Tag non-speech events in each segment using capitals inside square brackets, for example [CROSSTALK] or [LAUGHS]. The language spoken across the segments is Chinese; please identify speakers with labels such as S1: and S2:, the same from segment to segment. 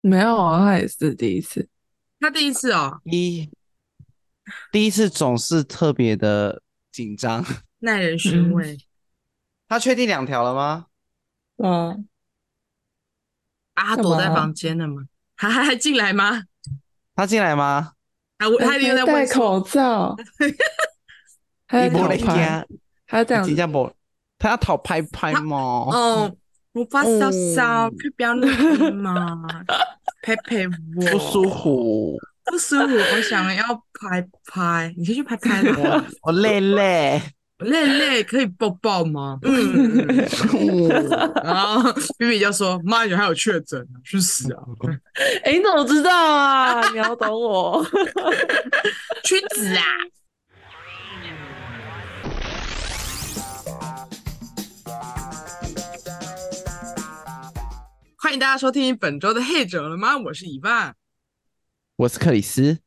S1: 没有啊，他也是第一次。
S2: 他第一次哦，
S3: 一第一次总是特别的紧张。
S2: 耐人寻
S1: 嗯
S2: 味。
S3: 他确定两条了吗？
S4: 嗯，
S2: 啊，他
S4: 干
S2: 躲在
S4: 嘛
S2: 房间了吗？还还还进来吗？
S3: 他进来吗？
S2: 还问
S1: 他
S2: 他一定在
S1: 戴
S2: 问说
S1: 口罩， [LAUGHS] 他在
S3: 你
S1: 讨
S3: 没
S1: 拍，
S3: 家，
S1: 他这样
S3: 新
S1: 子
S3: 加坡，他要讨拍拍吗？
S2: 哦，我发烧烧，
S3: 嗯
S2: 可以不要那个嘛，陪陪我，
S3: 不舒，服，
S2: 不舒服，我想要拍拍，你先去拍拍吧，
S3: 我累累。
S2: 我累累，可以抱抱吗？嗯，嗯然后 B B 就说：“妈，你还有确诊啊，去死啊，
S4: 哎，你怎么知道
S1: [LAUGHS]
S4: 啊？你要懂我。
S2: 去死啊欢迎大家收听本周的《嘿者了吗？我是伊万，
S3: 我是克里斯，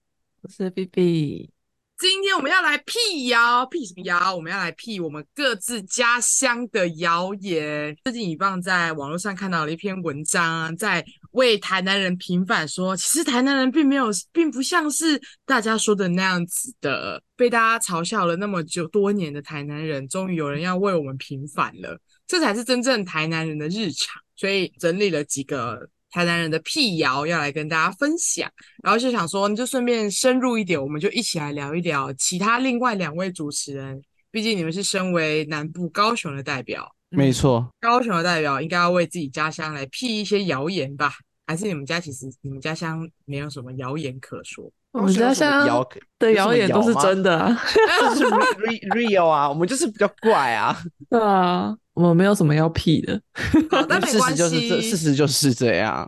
S1: 我是 B B，
S2: 今天我们要来辟谣，辟什么谣？我们要来辟我们各自家乡的谣言。最近一棒在网络上看到了一篇文章，在为台南人平反说，其实台南人并没有，并不像是大家说的那样子的，被大家嘲笑了那么久多年的台南人，终于有人要为我们平反了，这才是真正台南人的日常。所以整理了几个台南人的辟谣，要来跟大家分享。然后就想说，就顺便深入一点，我们就一起来聊一聊其他另外两位主持人，毕竟你们是身为南部高雄的代表，
S1: 嗯
S3: 没错，
S2: 高雄的代表应该要为自己家乡来辟一些谣言吧？还是你们家其实你们家乡没有什么谣言可说？
S3: [LAUGHS]
S1: 我们家乡
S3: 谣
S1: 的谣言都是真
S3: 的，
S1: 的啊。
S3: 就是 re- real 啊，我们就是比较怪
S1: [LAUGHS]
S3: 啊。
S1: [LAUGHS] 对啊，我没有什么要屁的。
S2: 好，但没
S3: 事
S2: 关
S3: 实就是这，
S2: 系
S3: 事，实就是这样。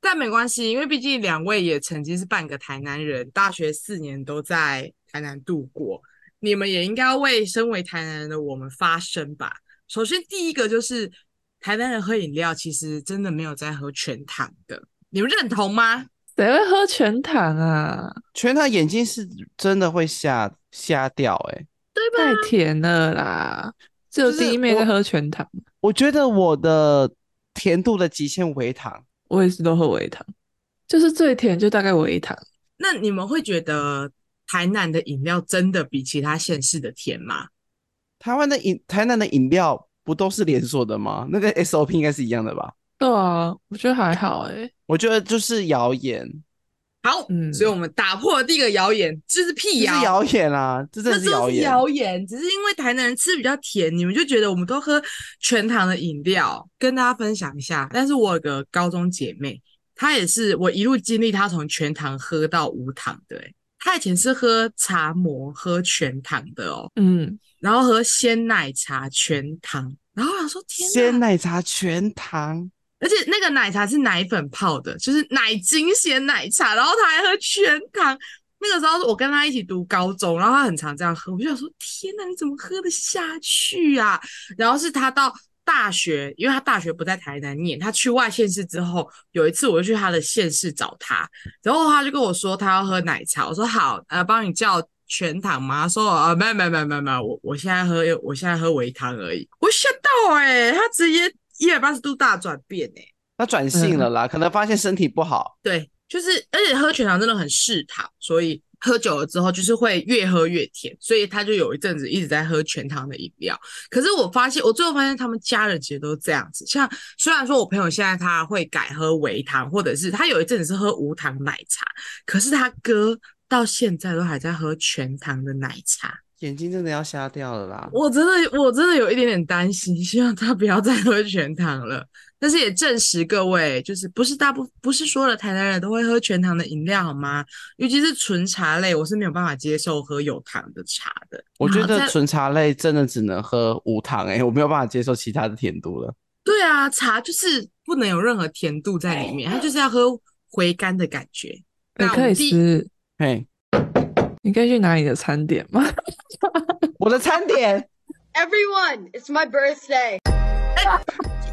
S2: 但没关系，因为毕竟两位也曾经是半个台南人，大学四年都在台南度过，你们也应该为身为台南人的我们发声吧。首先，第一个就是台南人喝饮料，其实真的没有在喝全糖的，你们认同吗？
S1: 谁会喝全糖啊？
S3: 全他眼睛是真的会瞎瞎掉哎、
S1: 太甜了啦！只有
S3: 就是
S1: 弟妹在
S3: 我
S1: 喝全糖，
S3: 我觉得我的甜度的极限为糖，
S1: 我也是都喝微糖，就是最甜就大概微糖。
S2: 那你们会觉得台南的饮料真的比其他县市的甜吗？
S3: 台湾的饮台南的饮料不都是连锁的吗？那个 SOP 应该是一样的吧？
S1: 对啊，我觉得还好诶、
S3: 我觉得就是谣言，
S2: 好，
S1: 嗯
S2: 所以我们打破了第一个谣言，这是
S3: 这
S2: 辟
S3: 是
S2: 谣。
S3: 谣言啊，这真
S2: 这
S3: 的是
S2: 都
S3: 谣
S2: 是
S3: 言。
S2: 谣言，只是因为台南人吃比较甜，你们就觉得我们都喝全糖的饮料，跟大家分享一下。但是我有个高中姐妹，她也是我一路经历她从全糖喝到无糖的、欸，她以前是喝茶魔喝全糖的哦，
S1: 嗯，
S2: 然后喝鲜奶茶全糖，然后我想说天哪，
S3: 鲜奶茶全糖，
S2: 而且那个奶茶是奶粉泡的，就是奶精鲜奶茶，然后他还喝全糖。那个时候我跟他一起读高中，然后他很常这样喝，我就想说：天哪，你怎么喝得下去啊？然后是他到大学，因为他大学不在台南念，他去外县市之后，有一次我就去他的县市找他，然后他就跟我说他要喝奶茶，我说好，呃，帮你叫全糖吗？他说啊，没有没有没有没有没有，我我现在喝我现在喝微糖而已。我吓到哎、他直接一百八十度大转变哎、
S3: 他转性了
S2: 嗯
S3: 啦，可能发现身体不好。
S2: 对，就是而且喝全糖真的很嗜糖，所以喝久了之后就是会越喝越甜，所以他就有一阵子一直在喝全糖的饮料。可是我发现，我最后发现他们家人其实都这样子。像虽然说我朋友现在他会改喝微糖，或者是他有一阵子是喝无糖奶茶，可是他哥到现在都还在喝全糖的奶茶。
S3: 眼睛真的要瞎掉了啦！
S2: 我真的我真的有一点点担心，希望他不要再喝全糖了。但是也证实各位，就是不是大部不是说了台南人都会喝全糖的饮料好吗？尤其是纯茶类，我是没有办法接受喝有糖的茶的。啊
S3: 我觉
S2: 好
S3: 得
S2: 再
S3: 纯茶类真的只能喝无糖、欸，我没有办法接受其他的甜度了。
S2: 对啊，茶就是不能有任何甜度在里面，它就是要喝回甘的感觉。
S1: 你
S3: 哎
S2: 那我
S1: 可以
S2: 们第一
S1: 吃，
S3: 嘿，
S1: 你可以去拿你的餐点吗？ [LAUGHS]
S3: 我的餐点 [LAUGHS]
S5: Everyone, it's my birthday.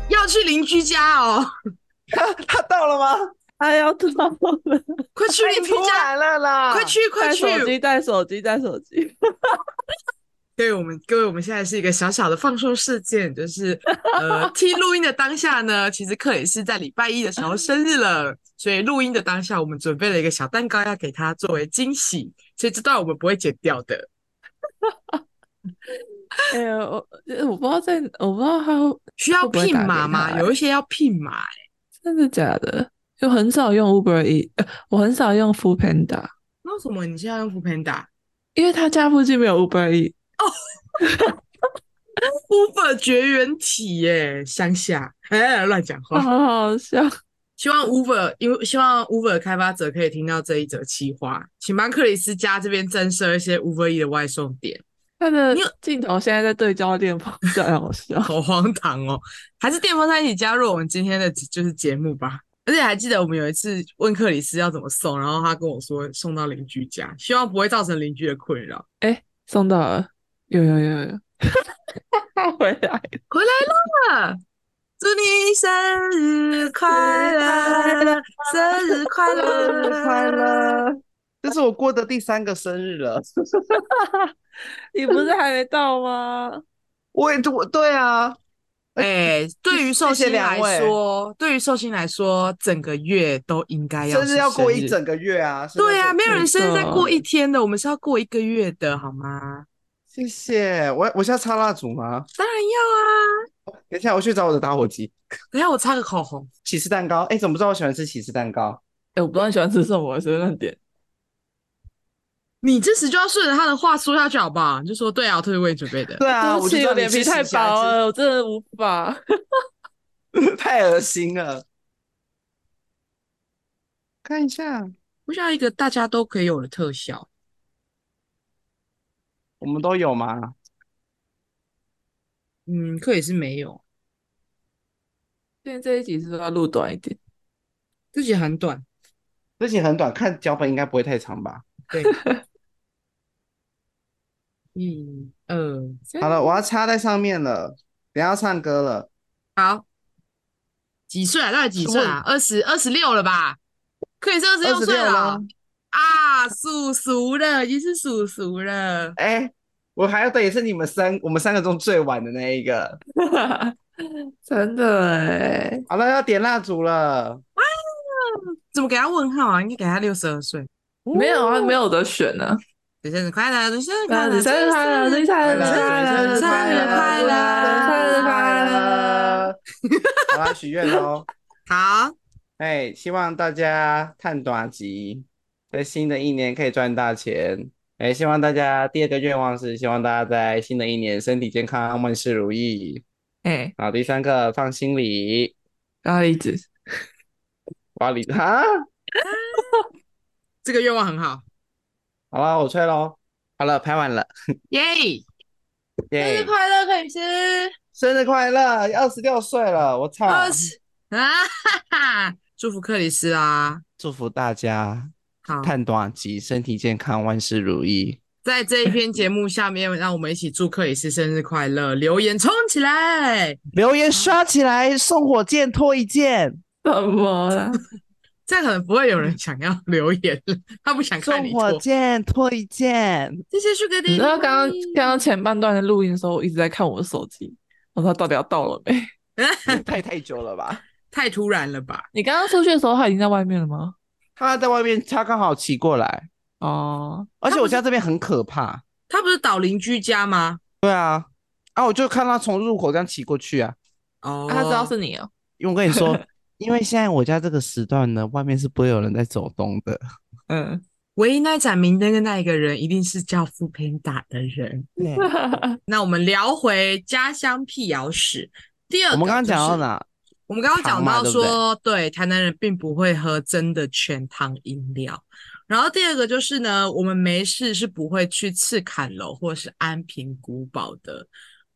S2: 要去邻居家哦， [LAUGHS]
S3: 他到了吗？
S4: 哎要知道了，
S2: 快去邻居
S3: 突
S2: 家，
S3: 啊然了啦！
S2: 快去快
S4: 带手
S2: 去！
S4: 机，带手机，带手机。
S2: 对我们各位，我们现在是一个小小的放松事件，就是呃，听录音的当下呢，其实克里斯在礼拜一的时候生日了，所以录音的当下，我们准备了一个小蛋糕要给他作为惊喜，所以这段我们不会剪掉的。
S1: [LAUGHS] 哎呀，我呃我不知道在，我不知道他会
S2: 需要
S1: 会不会
S2: 聘
S1: 打给
S2: 码吗？
S1: 他
S2: 有一些要聘码、欸，
S1: 真的假的，就很少用 Uber E，呃我很少用 Food Panda，
S2: 那为什么你现在用 f o o Panda
S1: 因为他家附近没有 Uber [LAUGHS] E。
S2: Uber 绝缘体耶、乡下，哎、乱讲话。
S1: 好好笑，
S2: 希望 Uber，因为希望 Uber 开发者可以听到这一则企划，请帮克里斯家这边增设一些 Uber E 的外送点，
S1: [LAUGHS] 他的
S2: 你有
S1: 镜头现在在对焦电风扇， [LAUGHS] 好笑。
S2: [LAUGHS] 好荒唐哦！还是电风扇一起加入我们今天的就是节目吧。而且还记得我们有一次问克里斯要怎么送，然后他跟我说送到邻居家，希望不会造成邻居的困扰。
S1: 送到了，有有有有， [LAUGHS] 他回来了。
S2: 回来
S3: 啊
S2: 啦！祝你生日快乐，生日快乐，
S4: 快乐！
S3: 这是我过的第三个生日了。
S1: 你不是还没到吗？
S3: 我也我对啊，
S2: 哎、对于寿
S3: 谢谢
S2: 星来
S3: 两位
S2: 说，对于寿星来说，整个月都应该要
S3: 生
S2: 是
S3: 日要过
S2: 生
S3: 一整个月啊。生日
S2: 对啊，
S3: 要过
S2: 没有人生日在
S1: 真的
S2: 过一天的，我们是要过一个月的，好吗？
S3: 谢谢我，我现在插蜡烛吗？
S2: 当然要啊！
S3: 等一下，我去找我的打火机。
S2: 等一下我擦个口红，
S3: 起司蛋糕，哎，怎么知道我喜欢吃起司蛋糕？
S1: 哎、我不知道你喜欢吃什么，随便乱点。
S2: 你这时就要顺着他的话说下去，好不好？你就说对啊，我特别为你准备的。
S3: 对啊，
S1: 对不
S3: 我就
S1: 起，
S3: 知道
S1: 我
S3: 你
S1: 脸皮
S3: 是
S1: 太
S3: 喜欢
S1: 薄
S3: 吃
S1: 了，我真的无法。
S3: [LAUGHS] 太恶心了。看一下，
S2: 我想要一个大家都可以有的特效，
S3: 我们都有吗？
S2: 嗯，克里斯没有，
S1: 今天这一集是不是要录短一点？ [LAUGHS]
S2: 自己很短。
S3: 这集很短，看脚本应该不会太长吧？
S2: 对，一二三，
S3: 好了，我要插在上面了，等一下要唱歌了。
S2: 好，几岁啊？到底几岁啊？二十二十六了吧？克里斯二十六岁
S3: 26啦
S2: 了哦啊！叔叔了，已经是叔叔了。
S3: 哎、我还要等，也是你们三我们三个中最晚的那一个。
S1: 真的哎、
S3: 好了，要点蜡烛了。
S2: 怎么给他问号啊？应该给他六十二岁。哦
S1: 没有啊，没有得选呢、啊。
S2: 你生日快乐！你生日快
S1: 那
S2: 乐！
S1: 啊你生日快乐，生日快乐，
S2: 生日快乐
S1: 生日生日快乐！！
S3: 好啦，许愿喽。
S2: 好，
S3: 哎，希望大家探短集，在新的一年可以赚大钱。哎，希望大家第二个愿望是希望大家在新的一年身体健康，万事如意。
S1: 哎、
S3: 好，第三个放心里，
S1: 咖喱子，
S3: 我要理 [LAUGHS] 哈。
S2: 这个愿望很好，
S3: 好了，我吹喽。好了，拍完了，
S2: 耶！
S3: 耶！
S4: 快乐，克里斯！
S3: 生日快乐！二十六岁了，我操！
S2: 二十啊哈哈！祝福克里斯啊！
S3: 祝福大家
S2: 好，
S3: 探短集，身体健康，万事如意。
S2: 在这一篇节目下面，让我们一起祝克里斯生日快乐！留言冲起来！
S3: 留言刷起来，送火箭，拖一件，
S1: 怎么了？
S2: 这样可能不会有人想要留言了，他不想看
S3: 送
S2: 你
S3: 火
S2: 做。
S3: 箭，拖一件。
S2: 谢谢 Sugar
S1: 你
S2: Daddy。
S1: 知道刚刚刚刚前半段的录音的时候，我一直在看我的手机，我说到底要到了没？ [LAUGHS]
S3: 太太久了吧？
S2: 太突然了吧？
S1: 你刚刚出去的时候，他已经在外面了吗？
S3: [LAUGHS] 他在外面，他刚好骑过来，
S1: 哦，
S3: 而且我家这边很可怕。
S2: 他不是倒邻居家吗？
S3: 对啊，啊，我就看他从入口这样骑过去啊。
S2: 哦，
S1: 啊他知道是你哦。
S3: 因为我跟你 [LAUGHS] 说，因为现在我家这个时段呢，外面是不会有人在走动的。
S1: 嗯，
S2: 唯一那一盏明灯的那一个人，一定是叫富平打的人。
S3: 对，
S2: 那我们聊回家乡辟谣史。第二
S3: 我
S2: 个
S3: 们刚刚
S2: 就是
S3: 讲到？哪？
S2: 我们刚刚讲
S3: 糖嘛
S2: 到
S3: 对不对
S2: 说，对台南人并不会喝真的全糖饮料。然后第二个就是呢，我们没事是不会去赤坎楼或是安平古堡的，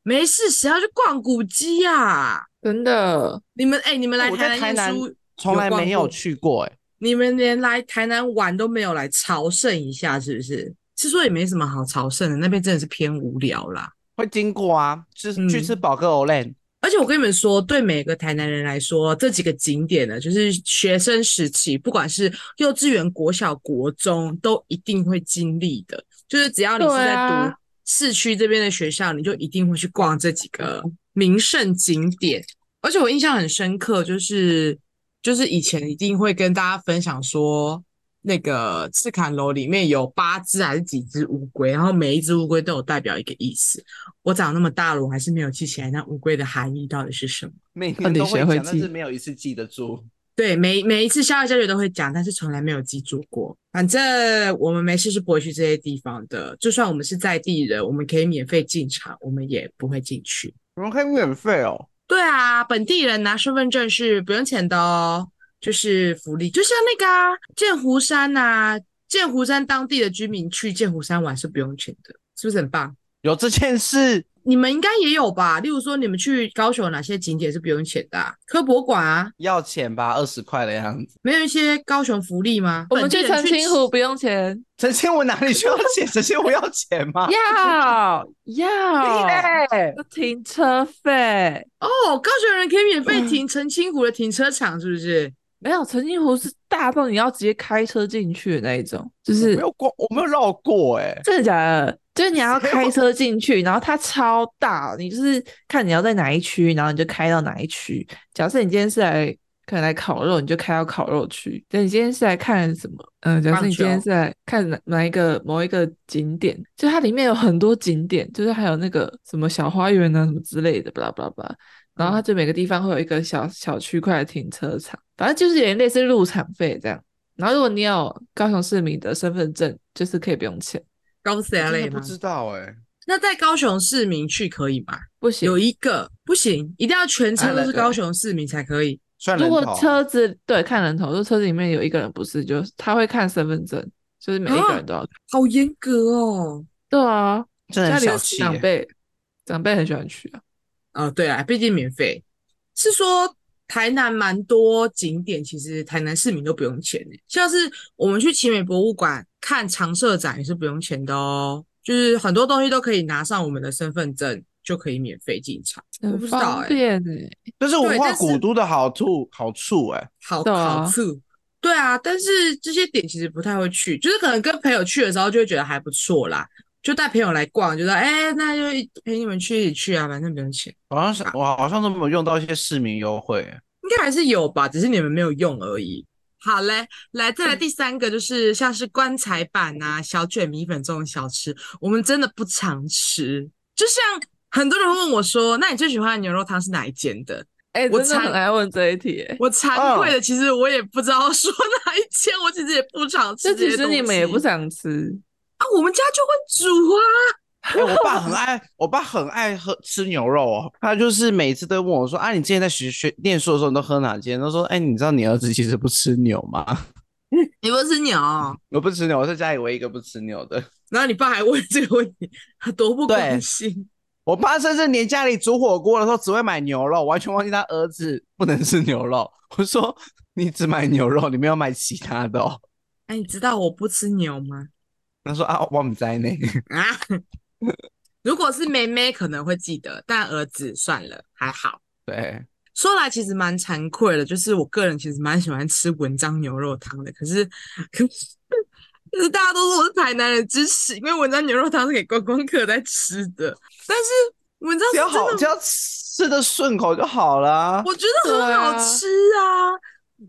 S2: 没事谁要去逛古迹呀、啊？
S1: [LAUGHS] 真的，
S2: 你们哎、你们来
S3: 我
S2: 台
S3: 在台
S2: 南
S3: 南
S2: 念书，
S3: 从来没有去过、哎，
S2: 你们连来台南玩都没有来朝圣一下，是不是？是说也没什么好朝圣的，那边真的是偏无聊啦。
S3: 会经过啊，就是去
S2: 嗯
S3: 吃宝哥 Olen，
S2: 而且我跟你们说，对每个台南人来说，这几个景点呢，就是学生时期，不管是幼稚园、国小、国中，都一定会经历的。就是只要你是在
S1: 对
S2: 读
S1: 啊
S2: 市区这边的学校，你就一定会去逛这几个名胜景点。而且我印象很深刻，就是就是以前一定会跟大家分享说，那个赤坎楼里面有八只还是几只乌龟，然后每一只乌龟都有代表一个意思。我长那么大了，我还是没有记起来那乌龟的含义到底是什么。
S3: 每
S1: 到
S3: 年
S1: 底
S3: 都
S1: 谁
S3: 会
S1: 会
S3: 讲，但
S1: 记
S3: 是没有一次记得住。
S2: 对，每每一次校外教学都会讲，但是从来没有记住过。反正我们没事是不会去这些地方的，就算我们是在地人，我们可以免费进场，我们也不会进去。
S3: 你们可以免费哦，
S2: 对啊，本地人拿身份证是不用钱的哦，就是福利，就像那个啊，剑湖山呐、剑湖山当地的居民去剑湖山玩是不用钱的，是不是很棒？
S3: 有这件事。
S2: 你们应该也有吧？例如说，你们去高雄有哪些景点是不用钱的啊？科博馆啊，
S3: 要钱吧，二十块的样子。
S2: 没有一些高雄福利吗？
S1: 我们
S2: 本地
S1: 去
S2: 人
S1: 澄清
S2: 吃
S1: 湖不用钱，
S3: 陈千我哪里需要 [LAUGHS] 钱？陈千我要钱吗？
S1: 要要
S3: 耶！
S1: 停车费。
S2: 哦，高雄人可以免
S1: 嗯
S2: 费停澄清湖的停车场，是不是？
S1: 没有，澄清湖是大到你要直接开车进去的那一种，就
S3: 没
S1: 是
S3: 有过，我没有绕过哎、
S1: 真的假的？就是你要
S3: 谁
S1: 开
S2: [LAUGHS]
S3: 会
S1: 车进去，然后它超大，你就是看你要在哪一区，然后你就开到哪一区。假设你今天是来可能来烤肉，你就开到烤肉区。等你今天是来看什么？嗯、假设
S2: 棒
S1: 你今天
S2: 球
S1: 是来看哪哪一个某一个景点，就它里面有很多景点，就是还有那个什么小花园啊什么之类的，巴拉巴拉巴拉。然
S2: 嗯
S1: 后它就每个地方会有一个小小区块的停车场，反正就是有点类似入场费这样。然后如果你有高雄市民的身份证，就是可以不用钱。
S2: 高雄
S3: 我真的
S2: 吗
S3: 不？知道哎、
S2: 那在高雄市民去可以吗？
S1: 不行，
S2: 有一个不行，一定要全车都
S3: 来
S2: 是
S3: 来
S2: 高雄市民才可以。
S3: 算
S1: 如
S3: 人啊
S1: 果
S3: 头。
S1: 车子对看人头，如果车子里面有一个人不是，就是他会看身份证，就是每一个
S2: 啊
S1: 人都要看。
S2: 好严格哦。
S1: 对啊，
S3: 真的
S1: 家
S3: 很
S1: 里有
S3: 小气、
S1: 长
S3: 欸。
S1: 辈，长辈很喜欢去啊。
S2: 哦，对啊，毕竟免费。是说台南蛮多景点，其实台南市民都不用钱耶像是我们去奇美博物馆看常设展也是不用钱的哦，就是很多东西都可以拿上我们的身份证就可以免费进场。我
S1: 很
S2: 不知道
S1: 方
S2: 哎、
S1: 便哎、
S3: 这是
S2: 对
S3: 文化
S2: 但是
S3: 古都的好处好处哎、
S2: 好
S1: 对啊
S2: 好处。对啊，但是这些点其实不太会去，就是可能跟朋友去的时候就会觉得还不错啦，就带朋友来逛，就说哎、那就一陪你们去一起去啊，反正不用钱，
S3: 好像是我好像都没有用到一些市民优惠、欸。
S2: 应该还是有吧，只是你们没有用而已。好嘞，来再来第三个就是像是棺材板啊、小卷米粉这种小吃，我们真的不常吃。就像很多人会问我说，那你最喜欢的牛肉汤是哪一间的？
S1: 哎、
S2: 我
S1: 真的
S2: 常
S1: 很爱问这一题、欸。
S2: 我惭愧的，其实我也不知道说哪一间，我其实也不常吃
S1: 这
S2: 这
S1: 其
S2: 些
S1: 实
S2: 东西。
S1: 你们也不想吃，
S2: 啊，我们家就会煮啊。
S3: 哎、我爸很爱， [LAUGHS] 我爸很爱喝吃牛肉哦。他就是每次都问我说：“啊，你之前在学学念书的时候，你都喝哪间？”他说：“哎、你知道你儿子其实不吃牛吗
S2: 你不吃鸟，？”
S3: 我不吃牛，我是家里唯一一个不吃牛的。
S2: 然后你爸还问这个问题，他多不关
S3: 对
S2: 心。
S3: 我爸甚至连家里煮火锅的时候只会买牛肉，完全忘记他儿子不能吃牛肉。我说：“你只买牛肉，你没有买其他的哦。
S2: 哎，你知道我不吃牛吗？”
S3: 他说：“啊，我们在内。
S2: 啊， [LAUGHS] 如果是妹妹可能会记得，但儿子算了，还好。”
S3: 对，
S2: 说来其实蛮惭愧的，就是我个人其实蛮喜欢吃文章牛肉汤的，可是可是可是大家都说我是台南人支持，因为文章牛肉汤是给观光客在吃的，但是文章
S3: 只要
S2: 是真
S3: 好，
S2: 的
S3: 只要吃的顺口就好啦。
S2: 我觉得很好吃啊！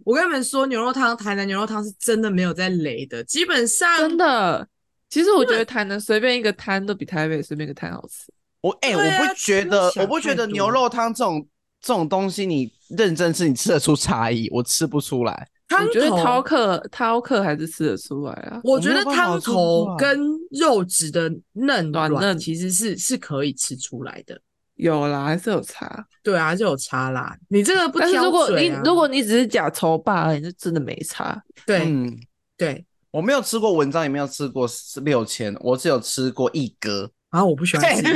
S2: 我跟你们说，牛肉汤，台南牛肉汤是真的没有在雷的，基本上
S1: 真的。其实我觉得台南随便一个摊都比台北随便一个摊好吃。
S3: 我哎、
S2: 对啊
S3: 我不觉
S2: 不用
S3: 得，
S2: 想
S3: 我不觉
S2: 太
S3: 得牛
S2: 多
S3: 肉汤这种这种东西，你认真吃，你吃得出差异，我吃不出来。
S2: 汤
S1: 我觉得饕
S2: 头，
S1: 客饕客还是吃得出来啊。
S2: 我觉
S3: 我
S2: 得
S3: 没有办法
S2: 汤
S3: 吃出
S2: 头
S3: 来
S2: 跟肉质的嫩
S1: 软
S2: 软
S1: 嫩
S2: 其实是是可以吃出来的。
S1: 有啦，还是有差。
S2: 对啊，还是有差啦。你这个不
S1: 但是
S2: 挑
S1: 如果
S2: 嘴
S1: 你
S2: 啊
S1: 如果你只是假愁霸而已，就真的没差。
S2: 对
S3: 嗯，
S2: 对，
S3: 我没有吃过文章，也没有吃过六千，我只有吃过一哥。
S2: 然后我不喜欢吃，
S3: [LAUGHS]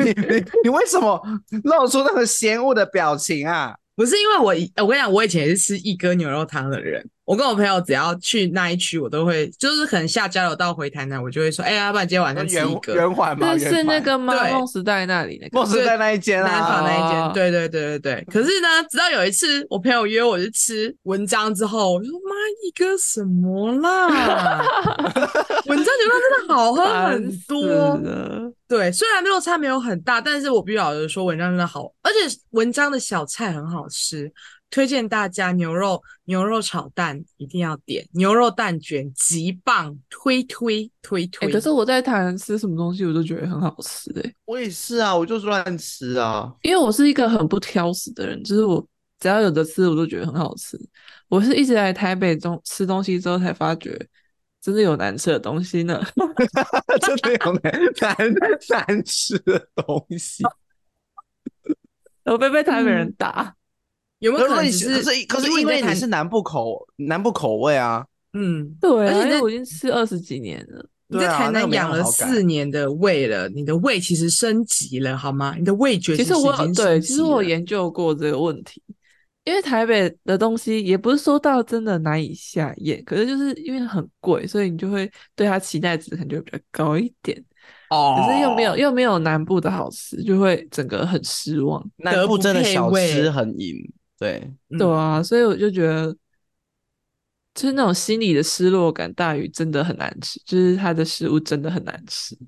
S3: 你你你为什么露出那个嫌恶的表情啊？
S2: 不是因为我以我跟你讲，我以前也是吃一哥牛肉汤的人，我跟我朋友只要去那一区，我都会就是可能下交流道回台南，我就会说，哎、要不然今天晚上吃
S3: 圆
S2: 一个 [LAUGHS]
S3: 圆环嘛，
S1: 那
S3: 圆
S1: 是那
S3: 环
S1: 个吗？
S2: 对
S1: 梦时代那里那个
S3: 莫斯在那一间
S2: 南
S3: 啊
S2: 法，那一
S1: 哦
S2: 间。对对对对对。可是呢，直到有一次我朋友约我去吃文章之后，我就说妈一个什么啦，文章牛肉真的好喝
S1: 烦
S2: 很多
S1: 死。了
S2: 对，虽然落差没有很大，但是我必须老实说，文章真的好，而且文章的小菜很好吃，推荐大家牛肉牛肉炒蛋一定要点，牛肉蛋卷极棒，推推推
S1: 哎、
S2: 推。
S1: 可是我在台南吃什么东西，我都觉得很好吃哎、
S3: 我也是啊，我就是乱吃啊。
S1: 因为我是一个很不挑食的人，就是我只要有的吃，我都觉得很好吃。我是一直来台北中吃东西之后才发觉，真的有难吃的东西呢。
S3: [LAUGHS]
S1: [LAUGHS]
S3: 真的有难难 [LAUGHS] 难吃的东西。
S1: 我被被台北
S2: 嗯
S1: 人打，
S2: 有没有
S3: 可
S2: 可能
S3: 你
S2: 只
S3: 是
S2: 是
S3: 可是因为你是南部口南部口味啊，
S2: 嗯，
S1: 对、
S2: 而
S1: 啊，
S2: 且
S1: 因为
S2: 那
S1: 我已经吃二十几年了。
S2: 你
S3: 对
S2: 在
S3: 啊
S2: 台
S3: 那个
S2: 南
S3: 没
S2: 养
S3: 有
S2: 了
S3: 好感
S2: 四年的胃了，你的胃其实升级了，好吗？你的味觉
S1: 其
S2: 实
S1: 实我有
S2: 已经
S1: 对，
S2: 升
S1: 其
S2: 级
S1: 实我
S2: 了
S1: 有研究过这个问题，因为台北的东西也不是说到真的难以下咽，可是就是因为很贵，所以你就会对它期待值可能就会比较高一点，
S2: 哦，
S1: 可是又没有又没有南部的好吃，就会整个很失望。
S3: 南部真的小
S2: 德不配
S3: 吃
S2: 位
S3: 很赢。对，
S1: 对
S2: 嗯
S1: 啊，所以我就觉得，就是那种心里的失落感大于真的很难吃，就是它的食物真的很难吃。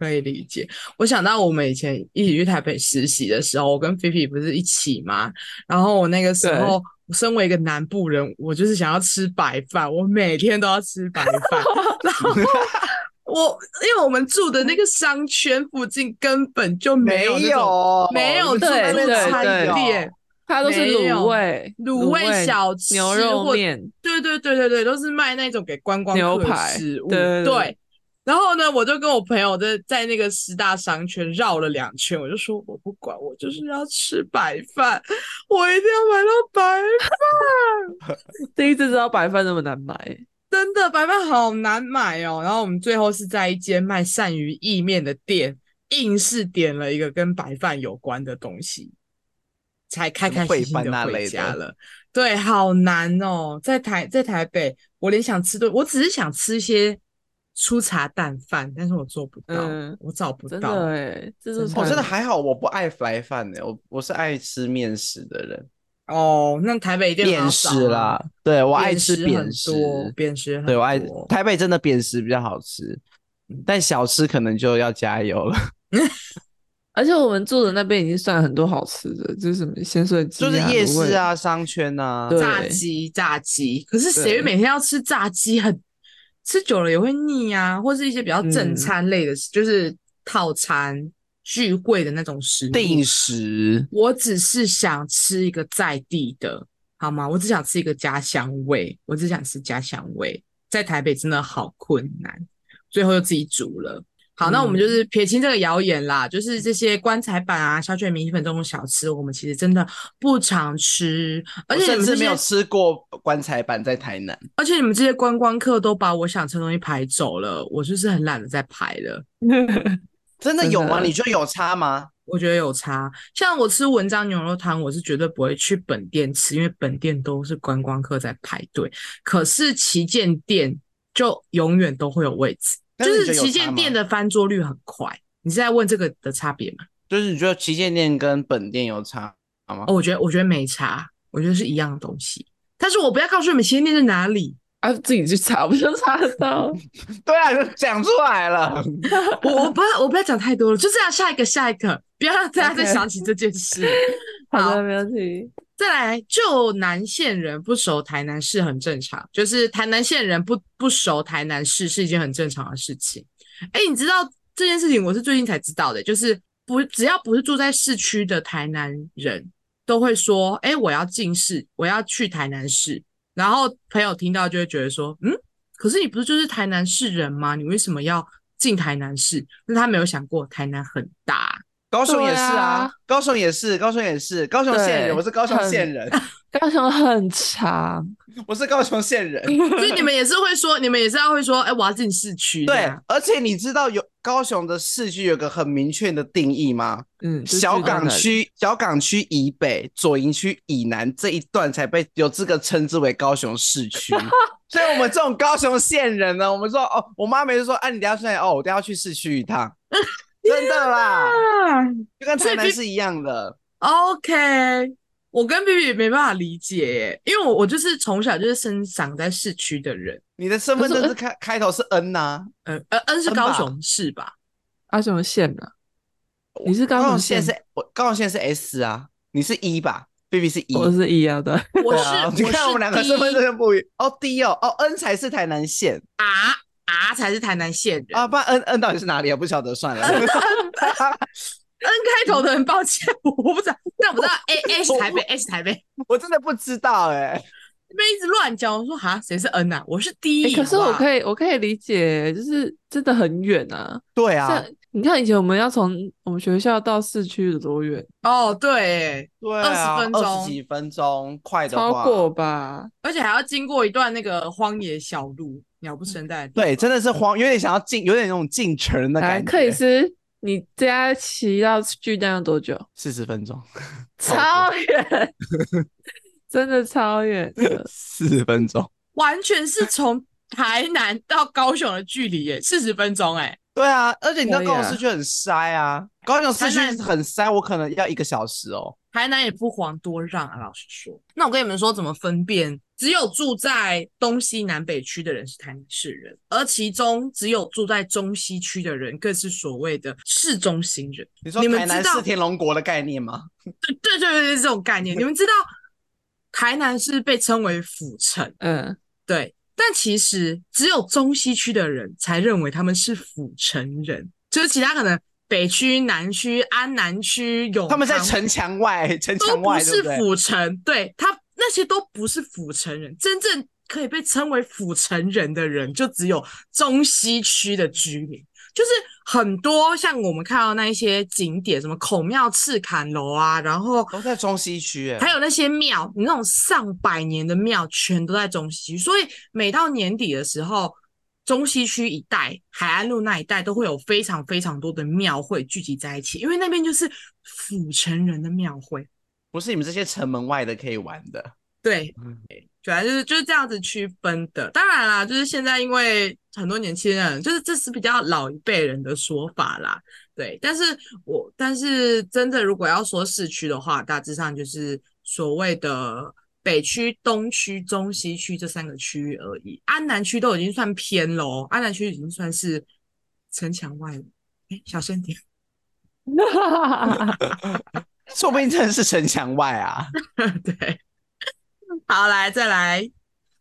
S2: 可以理解。我想到我们以前一起去台北实习的时候，我跟菲菲不是一起吗？然后我那个时
S1: 对
S2: 候，我身为一个南部人，我就是想要吃白饭，我每天都要吃白饭。然后我因为我们住的那个商圈附近根本就没有那种
S3: 有哦
S2: 没有
S1: 对
S2: 自助
S1: 对
S2: 餐
S1: 对
S2: 店，
S1: 它都是
S2: 没有
S1: 卤味、
S2: 卤味小吃
S1: 牛肉
S2: 或
S1: 面，
S2: 对对对对对，都是卖那种给观光
S1: 牛
S2: 客的
S1: 排
S2: 食物。
S1: 对对对
S2: 然后呢，我就跟我朋友在在那个十大商圈绕了两圈，我就说我不管，我就是要吃白饭，我一定要买到白饭。
S1: 第一次知道白饭那么难买，
S2: 真的，白饭好难买哦。然后我们最后是在一间卖鳝鱼意面的店，硬是点了一个跟白饭有关的东西，才开开心
S3: 什么
S2: 心
S3: 烩饭那
S2: 的
S3: 类
S2: 回
S3: 的
S2: 家了。对，好难哦，在台在台北，我连想吃都，我只是想吃一些粗茶淡饭，但是我做不到，
S1: 嗯
S2: 我找不
S1: 真
S2: 到。
S1: 的哎，自助
S2: 真
S1: 餐
S3: 哦我真的还好，我不爱白饭的，我我是爱吃面食的人，
S2: 哦，那台北一定很好
S3: 扁
S2: 找
S3: 食
S2: 啊
S3: 啦，，对我爱吃
S2: 扁
S3: 扁
S2: 食很多，
S3: 食，
S2: 扁食很
S3: 对我爱
S2: 多
S3: 台北真的扁食比较好吃，但小吃可能就要加油 [LAUGHS] 了，
S1: 而且我们住的那边已经算很多好吃的，就是什么鲜水鸡、
S3: 就是夜
S1: 卤味
S3: 市啊、商圈啊，
S1: 对
S2: 炸鸡，炸鸡。可是谁
S1: 对
S2: 会每天要吃炸鸡很？吃久了也会腻啊，或是一些比较正
S1: 嗯
S2: 餐类的，就是套餐聚会的那种食物。
S3: 定时。
S2: 我只是想吃一个在地的，好吗？我只想吃一个家乡味，我只想吃家乡味。在台北真的好困难，最后就自己煮了。好，那我
S3: 嗯
S2: 们就是撇清这个谣言啦，就是这些棺材板啊、小卷米粉这种小吃，我们其实真的不常吃，而且
S3: 我
S2: 你
S3: 甚
S2: 们
S3: 至
S2: 这
S3: 没
S2: 些，
S3: 有吃过棺材板在台南，
S2: 而且你们这些观光客都把我想吃的东西排走了，我就是很懒得再排了。
S3: 真的
S1: 真
S3: 有吗？
S1: 的
S3: 你觉得有差吗？
S2: 我觉得有差。像我吃文章牛肉汤，我是绝对不会去本店吃，因为本店都是观光客在排队。可是旗舰店就永远都会有位置，
S3: 但
S2: 就是
S3: 你
S2: 是
S3: 觉得有
S2: 旗
S3: 差
S2: 舰
S3: 吗
S2: 店的翻桌率很快。你是在问这个的差别吗？
S3: 就是你觉得旗舰店跟本店有差吗
S2: 哦，？我觉得我觉得没差，我觉得是一样的东西。但是我不要告诉你们旗舰店在哪里，
S1: [LAUGHS] 啊，自己去查不就查得到？
S3: 对啊，就讲出来了。
S2: 我我不要我不要讲太多了，就这样，下一个下一个，不要让大家再
S1: OK
S2: 想起这件事。
S1: [LAUGHS] 好的，没问题。
S2: 再来，就南县人不熟台南市很正常，就是台南县人不不熟台南市是一件很正常的事情。哎、你知道这件事情，我是最近才知道的，就是不只要不是住在市区的台南人，都会说，哎、我要进市，我要去台南市。然后朋友听到就会觉得说，嗯，可是你不是就是台南市人吗？你为什么要进台南市？那他没有想过台南很大，
S3: [LAUGHS] 高雄也是
S1: 对
S3: 啊
S1: 啊，
S3: 高雄也是，高雄也是，高雄县人，
S1: 对
S3: 我是高雄
S1: 很
S3: 县人，
S1: 高雄很长，
S3: [LAUGHS] 我是高雄县人。
S2: 所以你们也是会说，你们也是要会说，哎、我要进市区。这
S3: 对
S2: 样，
S3: 而且你知道有高雄的市区有个很明确的定义吗？
S1: 嗯，就
S3: 小
S1: 聚在
S3: 港
S1: 那里，
S3: 区、小港区以北、左营区以南这一段才被有资格称之为高雄
S1: [LAUGHS]
S3: 市区。所以，我们这种高雄县人呢，我们说哦，我妈每次说，哎、你等一下去哪里？哦，我等一下去市区
S1: [LAUGHS]
S3: 一趟，真的啦，就跟台南是一样的。
S2: OK，我跟 B B 没办法理解耶，因为我我就是从小就是生长在市区的人，
S3: 你的身份证
S1: 可是
S3: 是开开头是 N 啊呐、
S2: 嗯呃 N 是
S3: 真吧
S2: 高雄市
S3: [LAUGHS]
S2: 吧？
S1: 高雄啊县嘛，你是
S3: 高
S1: 高
S3: 雄
S1: 雄
S3: 县
S1: 县
S3: 是，我高雄县是 S 啊，你是一、吧？B B 是一、
S1: 我是一样的，
S2: 我
S3: 对
S2: 是、
S3: 啊
S2: 我
S3: 你看
S2: 是
S3: 我们两个
S2: 第
S3: 身份
S2: 一
S3: 证就不一哦，D 哦哦，N 才是台南县
S2: R R 才是台南县人。
S3: 啊，不然 N N 到底是哪里啊？不晓得，算了。
S2: N 开头的很抱歉， [LAUGHS] 我我不知道，但我知道 A S 台北 S 台北，
S3: 我真的不知道哎、
S2: 那边一直乱讲。我说哈，谁是 N 啊？我是第
S1: [LAUGHS] 哎、
S2: 一。
S1: 可是我
S2: 以，
S1: 可以，我可以理解，就是真的很远啊。
S3: 对啊
S1: 像，你看以前我们要从我们学校到市区有多远？
S2: 哦对耶，
S3: 对
S2: 20
S3: 啊，
S2: 分钟
S3: 20几分钟，快的
S1: 超
S3: 话，
S1: 过吧？
S2: 而且还要经过一段那个荒野小路，鸟不生蛋。
S3: 对，真的是慌，有点想要进，有点那种进城的
S2: 哎
S1: 来，
S3: 感觉。
S1: 克里斯，你家骑到巨蛋要多久？
S3: 四十分钟，。
S1: 超远，真的超远的
S3: 四十分钟，
S2: 完全是从台南到高雄的距离耶，四十分钟哎。
S3: 对啊，而且你知道
S1: 可以
S3: 高雄
S1: 啊
S3: 市区很塞啊，高雄市
S2: 台南
S3: 区很塞，我可能要一个小时哦。
S2: 台南也不遑多让啊，老实说。那我跟你们说怎么分辨，只有住在东西南北区的人是台南市人，而其中只有住在中西区的人更是所谓的市中心人。
S3: 你说
S2: 你们
S3: 台
S2: 知
S3: 南
S2: 道
S3: 是天龙国的概念吗？
S2: 对对对对，这种概念，你们知道台南是被称为府城，
S1: 嗯，
S2: [LAUGHS] 对，但其实只有中西区的人才认为他们是府城人，就是其他可能北区、南区、安南区、永
S3: 他们在
S2: 康
S3: 城墙外，
S2: [LAUGHS]
S3: 城
S2: 嗯都
S3: 墙
S2: 不
S3: 外，对
S2: 是
S3: 不对？
S2: 府城，对他那些都不是府城人，真正可以被称为府城人的人，就只有中西区的居民。就是很多像我们看到那一些景点，什么孔庙赤坎楼啊，然后
S3: 都在中西区哎、
S2: 还有那些庙，你那种上百年的庙，全都在中西区。所以每到年底的时候，中西区一带、海岸路那一带都会有非常非常多的庙会聚集在一起，因为那边就是府城人的庙会。
S3: 不是你们这些城门外的可以玩的。
S2: 对
S3: 嗯，
S2: 主要就是就是这样子区分的。当然啦，就是现在因为很多年轻人，就是这是比较老一辈人的说法啦。对，但是我但是真的如果要说市区的话，大致上就是所谓的北区、东区、中西区这三个区域而已。安南区都已经算偏喽，安南区已经算是城墙外了。哎，小声点。
S3: 说不定真的是城墙外啊！
S2: [LAUGHS] 对，好，来再来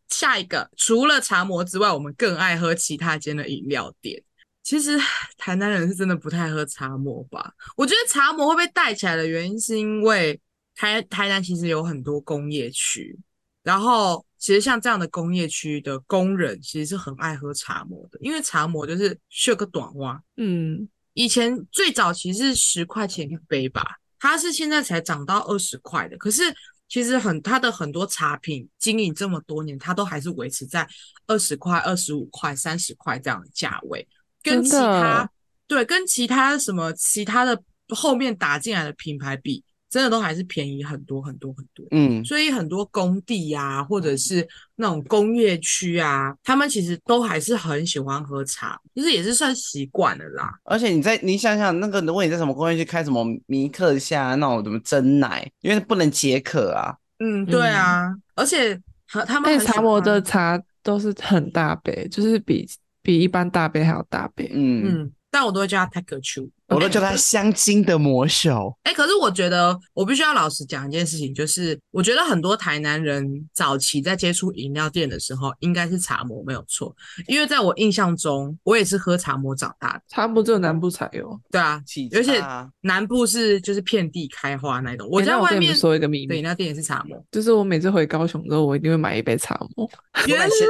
S2: 下一个。除了茶魔之外，我们更爱喝其他间的饮料店。其实台南人是真的不太喝茶魔吧？我觉得茶魔会被带起来的原因，是因为台台南其实有很多工业区，然后其实像这样的工业区的工人，其实是很爱喝茶魔的，因为茶魔就是削个短袜，
S1: 嗯，
S2: 以前最早其实是十块钱一杯吧，它是现在才涨到二十块的。可是其实很它的很多茶品经营这么多年，它都还是维持在二十块、二十五块、三十块这样的价位，跟
S1: 真
S2: 其
S1: 的
S2: 他对跟其他什么其他的后面打进来的品牌比，真的都还是便宜很多很多很多。
S3: 嗯，
S2: 所以很多工地呀、或
S1: 嗯
S2: 者是那种工业区啊，他们其实都还是很喜欢喝茶，其实也是算习惯了啦。
S3: 而且你在你想想，那个如果你在什么公园去开什么米克夏啊那种什么真奶，因为不能解渴啊。
S2: 嗯，对
S1: 嗯
S2: 啊，而且和他们
S1: 但
S2: 很喜
S1: 茶魔的
S2: 欢
S1: 茶都是很大杯，就是比比一般大杯还要大杯。
S3: 嗯，
S2: 嗯，但我都会叫他 Tiger Chu。
S3: 我都叫它香精的魔手。
S2: 哎，可是我觉得我必须要老实讲一件事情，就是我觉得很多台南人早期在接触饮料店的时候，应该是茶魔没有错，因为在我印象中，我也是喝茶魔长大的。
S1: 茶魔只有南部才有。
S2: 对啊，
S3: 起
S2: 而且
S3: 茶
S2: 南部是就是遍地开花那种，我
S1: 诶
S2: 在
S1: 哎那我
S2: 外
S1: 跟你
S2: 面
S1: 们说一个秘
S2: 对
S1: 密
S2: 饮，料店也是茶魔，
S1: 就是我每次回高雄之后，我一定会买一杯茶魔。
S3: [LAUGHS]
S2: 原来
S3: 先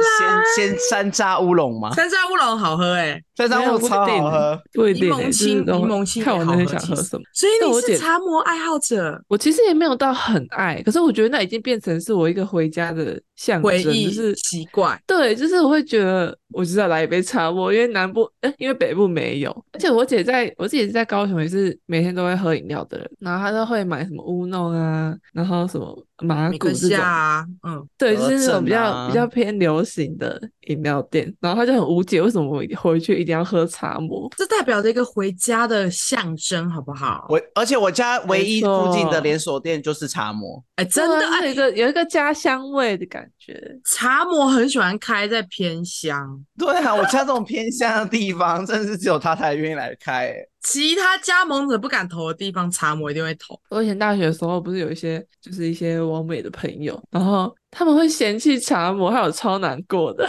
S3: 先先山楂乌龙吗？
S1: 啊
S2: 山楂乌龙好喝哎、
S3: 山楂乌龙超好喝，
S1: 不一
S2: 柠
S1: 定欸、
S2: 檬
S1: 就是
S2: 青柠
S1: 都会
S2: 檬青
S1: 看
S2: 也
S1: 我
S2: 好
S1: 那天
S2: 喝
S1: 想
S2: 其
S1: 喝
S2: 实
S1: 什么。
S2: 所以
S1: 但
S2: 你
S1: 我
S2: 是
S1: 姐
S2: 茶魔爱好者，
S1: 我其实也没有到很爱，可是我觉得那已经变成是我一个回家的象
S2: 回
S1: 征，
S2: 忆
S1: 就是
S2: 习惯。
S1: 对，就是我会觉得我就是要来一杯茶沫，因为南部，哎、因为北部没有。而且我姐在我姐在高雄也是每天都会喝饮料的人，然后她都会买什么乌弄啊，然后什么马
S2: 每
S1: 古
S2: 个
S1: 这种
S2: 夏，啊，嗯，
S1: 对，就
S3: 德
S1: 是那种比
S3: 政
S1: 较、
S3: 啊
S1: 比较偏流行的饮料店。然后她就很无解，为什么我回去一定要喝茶沫？
S2: 这代表着一个回家的象征，好不好？
S3: 我而且我家唯一
S1: 没错
S3: 附近的连锁店就是茶魔，
S2: 哎，真的，
S1: 对啊
S2: 哎，
S1: 有一个有一个家乡味的感觉。
S2: 茶魔很喜欢开在偏乡，
S3: 对啊，我家这种偏乡的地方，真的是只有他才愿意来开、欸。
S2: 其他加盟者不敢投的地方，茶魔一定会投。
S1: 我以前大学的时候，不是有一些就是一些网美的朋友，然后他们会嫌弃茶沫，还有超难过的。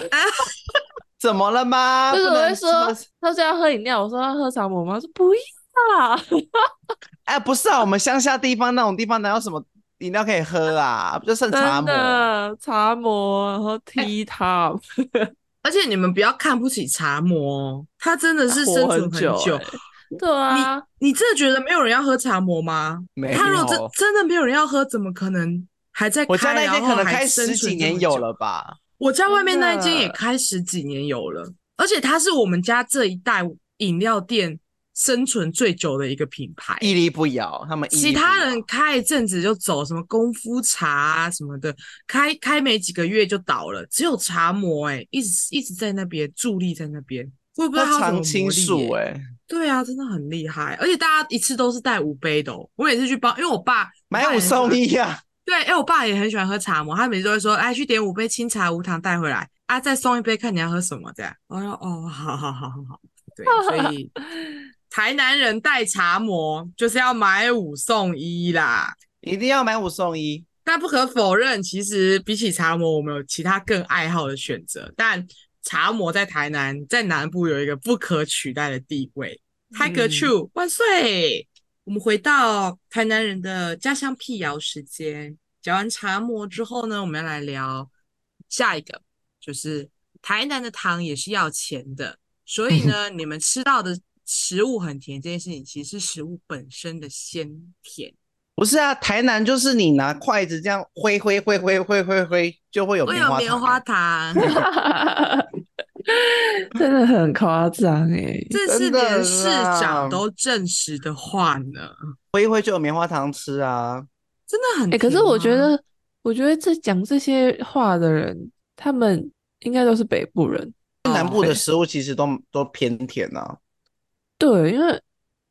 S3: 怎么了吗？
S1: 就是
S3: 不
S1: 我
S3: 能
S1: 会说
S3: 吃吗，
S1: [LAUGHS] 他说要喝饮料，我说要喝茶沫吗？他说不要啊啦，
S3: 哎，不是啊，我们乡下地方那种地方哪有什么饮料可以喝啊？不就剩 [LAUGHS] 茶
S1: 真
S3: 魔？哎
S1: 的茶沫，然后 tea top，
S2: 而且你们不要看不起茶魔，哦他真的是生
S1: 活
S2: 存
S1: 久
S2: 久。
S1: 欸。对啊，
S2: 你真的觉得没有人要喝茶魔吗？
S3: 没
S2: 他如果真
S3: 有
S2: 真的没有人要喝，怎么可能还在开？
S3: 我家那
S2: 然
S3: 间
S2: 后
S3: 可能
S2: 还
S3: 开
S2: 生
S3: 十几
S2: 存这
S3: 年
S2: 么
S3: 有
S2: 久
S3: 了吧？
S2: 我家外面那一间也
S1: 真的
S2: 开十几年有了，而且它是我们家这一代饮料店生存最久的一个品牌。
S3: 屹立不摇，他们屹立
S2: 其他
S3: 不摇
S2: 人开一阵子就走，什么功夫茶啊什么的，开开没几个月就倒了，只有茶魔哎、一直一直在那边伫立在那边，我也不知道
S3: 那
S2: 它有
S3: 常
S2: 什么
S3: 青
S2: 魔力
S3: 树
S2: 欸
S3: 哎、
S2: 对啊，真的很厉害，而且大家一次都是带五杯的哦、我每次去帮，因为我爸
S3: 买五送。一啊！
S2: 对，哎、我爸也很喜欢喝茶嘛，他每次都会说，哎，去点五杯清茶无糖带回来啊，再送一杯，看你要喝什么这样。我说哦，好好好好好，对，所
S3: [LAUGHS]
S2: 以台南人带茶魔就是要买五送一啦。
S3: [LAUGHS] 一定要买五送一，
S2: 但不可否认，其实比起茶魔，我们有其他更爱好的选择。但茶魔在台南，在南部有一个不可取代的地位。泰格
S1: 嗯
S2: True 万岁！我们回到台南人的家乡辟谣时间。讲完茶魔之后呢，我们要来聊下一个，就是台南的糖也是要钱的，所以呢，你们吃到的食物很甜这件事情，其实是食物本身的鲜甜。
S3: 不是啊？台南就是你拿筷子这样挥挥挥挥挥挥挥，就会有
S2: 我
S3: 棉
S2: 有
S3: 花
S2: 棉
S3: 糖
S2: 花
S3: 啊。
S2: 糖。
S1: [LAUGHS] 真的很夸张哎。
S2: 这是
S3: 真的
S2: 连市
S3: 啦
S2: 长都证实的话呢，
S3: 挥一挥就有棉花糖吃啊！
S2: 真的很
S1: 哎，可是
S2: 甜
S1: 我觉
S2: 吗
S1: 得，我觉得这讲这些话的人，他们应该都是北部人。
S3: 南部
S1: 对
S3: 的食物其实都都偏甜啊。
S1: 对，因为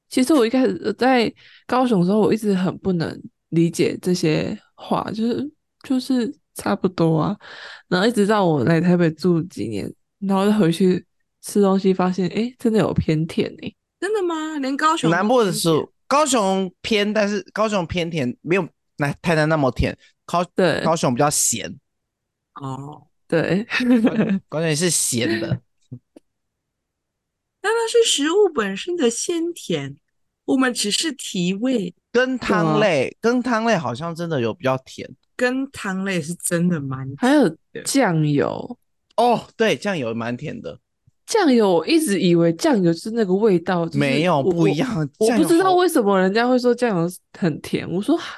S1: 其实我一开始呃在高雄的时候，我一直很不能理解这些话，就是就是差不多啊。然后一直到我来台北住几年，然后再回去吃东西，发现诶，真的有偏甜诶。
S2: 真的吗？连高雄
S3: 南
S2: 都
S3: 部的
S2: 偏
S3: 食
S2: 甜
S3: 物，高雄偏，但是高雄偏甜，没有那台南那么甜。高
S1: 对
S3: 高雄比较咸，
S2: 哦，
S1: 对， [LAUGHS]
S3: 高雄也是咸的。
S2: 当然是食物本身的鲜甜，我们只是提味。
S3: 跟汤
S1: 啊
S3: 类，跟汤类好像真的有比较甜
S2: 跟糖类是真的蛮
S1: 还有
S2: 对
S1: 酱油，
S3: 哦。对，酱油蛮甜的，
S1: 酱油我一直以为酱油是那个味道，就是
S3: 没有
S1: 我
S3: 不一。样。
S1: 我我
S3: 酱
S1: 不
S3: 油
S1: 知道
S3: 好
S1: 为什么人家会说酱油很甜，我说 [SIGHS] 哈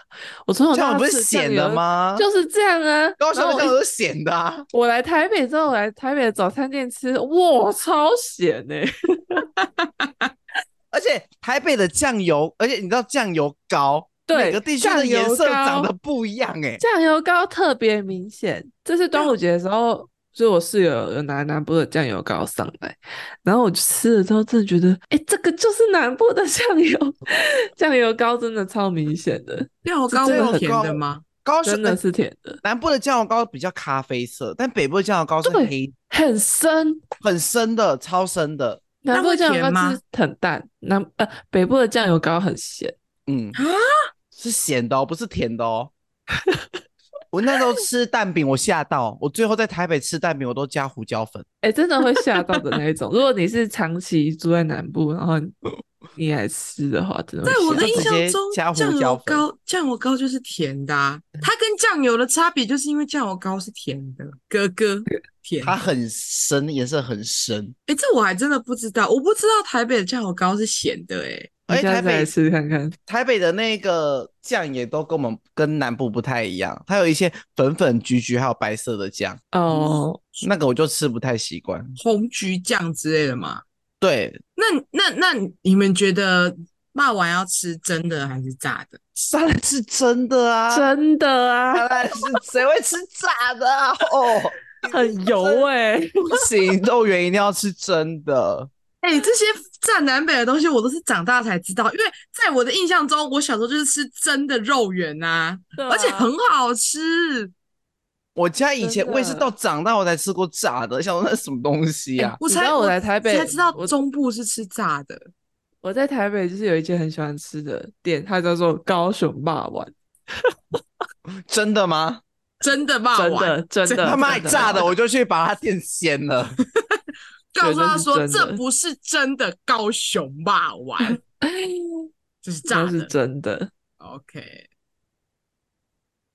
S1: 我从小
S3: 酱
S1: 到大
S3: 油不
S1: 吃
S3: 是
S1: 的酱
S3: 咸的
S1: 油
S3: 吗？
S1: 就是这样啊。
S3: 高
S1: 然
S3: 雄
S1: 后我
S3: 酱
S1: 一
S3: 油都是咸的
S1: [LAUGHS]
S3: 啊。
S1: 我来台北之后，我来台北的早餐店吃，哇，超咸欸呢、
S3: 而且台北的酱油，而且你知道酱油膏，
S1: 对
S3: 每个地区的颜
S1: 酱
S3: 色
S1: 油膏
S3: 长得不一样哎、
S1: 酱油膏特别明显。这次端午节的时候，所以我室友有拿南部的酱油膏上来，然后我吃了之后，真的觉得，哎、这个就是南部的酱油， [LAUGHS] 酱油膏真的超明显的，
S2: 料
S1: 这
S2: 高
S1: 真的
S2: 是
S1: 很
S2: 甜的
S3: 高
S2: 吗？
S3: 高雄
S1: 真的
S3: 呃
S1: 是甜的，
S3: 南部的酱油膏比较咖啡色，但北部的酱油膏是
S1: 对
S3: 黑
S1: 很深。
S3: 很深的，超深的。
S1: 南部的酱油
S2: 那会甜吗
S1: 膏是很淡，南呃北部的酱油膏很咸。
S3: 嗯
S2: 啊，
S3: 是咸的哦，不是甜的哦。 [LAUGHS] 我那时候吃蛋饼，我吓到，我最后在台北吃蛋饼，我都加胡椒粉。
S1: 哎、真的会吓到的那一种。如果你是长期住在南部，
S2: [LAUGHS]
S1: 然后你你来吃的话，真的会
S2: 在我
S1: 吓
S2: 的印
S1: 到
S3: 直
S2: 象
S3: 接
S2: 中，
S3: 加胡
S2: 酱
S3: 椒
S2: 油
S3: 粉
S2: 膏酱油膏就是甜的啊，它跟酱油的差别就是因为酱油膏是甜的，哥哥甜。
S3: 它很深，颜色很深。
S2: 哎，这我还真的不知道，我不知道台北的酱油膏是咸的哎。
S1: 你
S3: 而且
S1: 下
S3: 台
S1: 次来
S3: 北
S1: 吃看看。
S3: 台北的那个酱也都跟我们跟南部不太一样，它有一些粉粉橘橘还有白色的酱，
S1: 哦，
S3: 那个我就吃不太习惯。
S2: 红橘酱之类的嘛。
S3: 对，
S2: 那那那你们觉得骂完要吃蒸的还是炸的？
S3: 当然是真的
S2: 嗯
S3: 啊，
S4: 真的啊，
S3: 当然是谁会吃炸的啊？哦，
S4: 很油哎、
S2: [LAUGHS]
S1: 啊
S3: 不行，肉圆一定要吃真的。
S2: 哎、这些占南北的东西我都是长大才知道，因为在我的印象中，我小时候就是吃真的肉圆呐、
S4: 对啊
S2: 而且很好吃。
S3: 我家以
S1: 真
S3: 前我也是
S1: 的
S3: 到长大我才吃过炸的，想说那是什么东西
S1: 哎
S3: 啊？
S2: 我
S1: 你
S2: 才
S1: 知道我
S2: 我
S1: 来台北
S2: 才知道
S1: 我
S2: 中部是吃炸的。
S1: 我在台北就是有一间很喜欢吃的店，它叫做高雄霸王，
S3: 真的吗？
S2: 真的骂
S1: 真
S2: 完，
S1: 的真
S2: 哎真
S1: 的，
S3: 他卖
S1: 真的
S3: 炸的，我就去把它店掀了。
S2: 告诉他
S1: 绝
S2: 说
S1: 对是真
S2: 这
S1: 的
S2: 不是真的高雄骂
S1: [LAUGHS]
S2: 完，这是炸
S1: 那是
S2: 的。
S1: 真的。
S2: OK，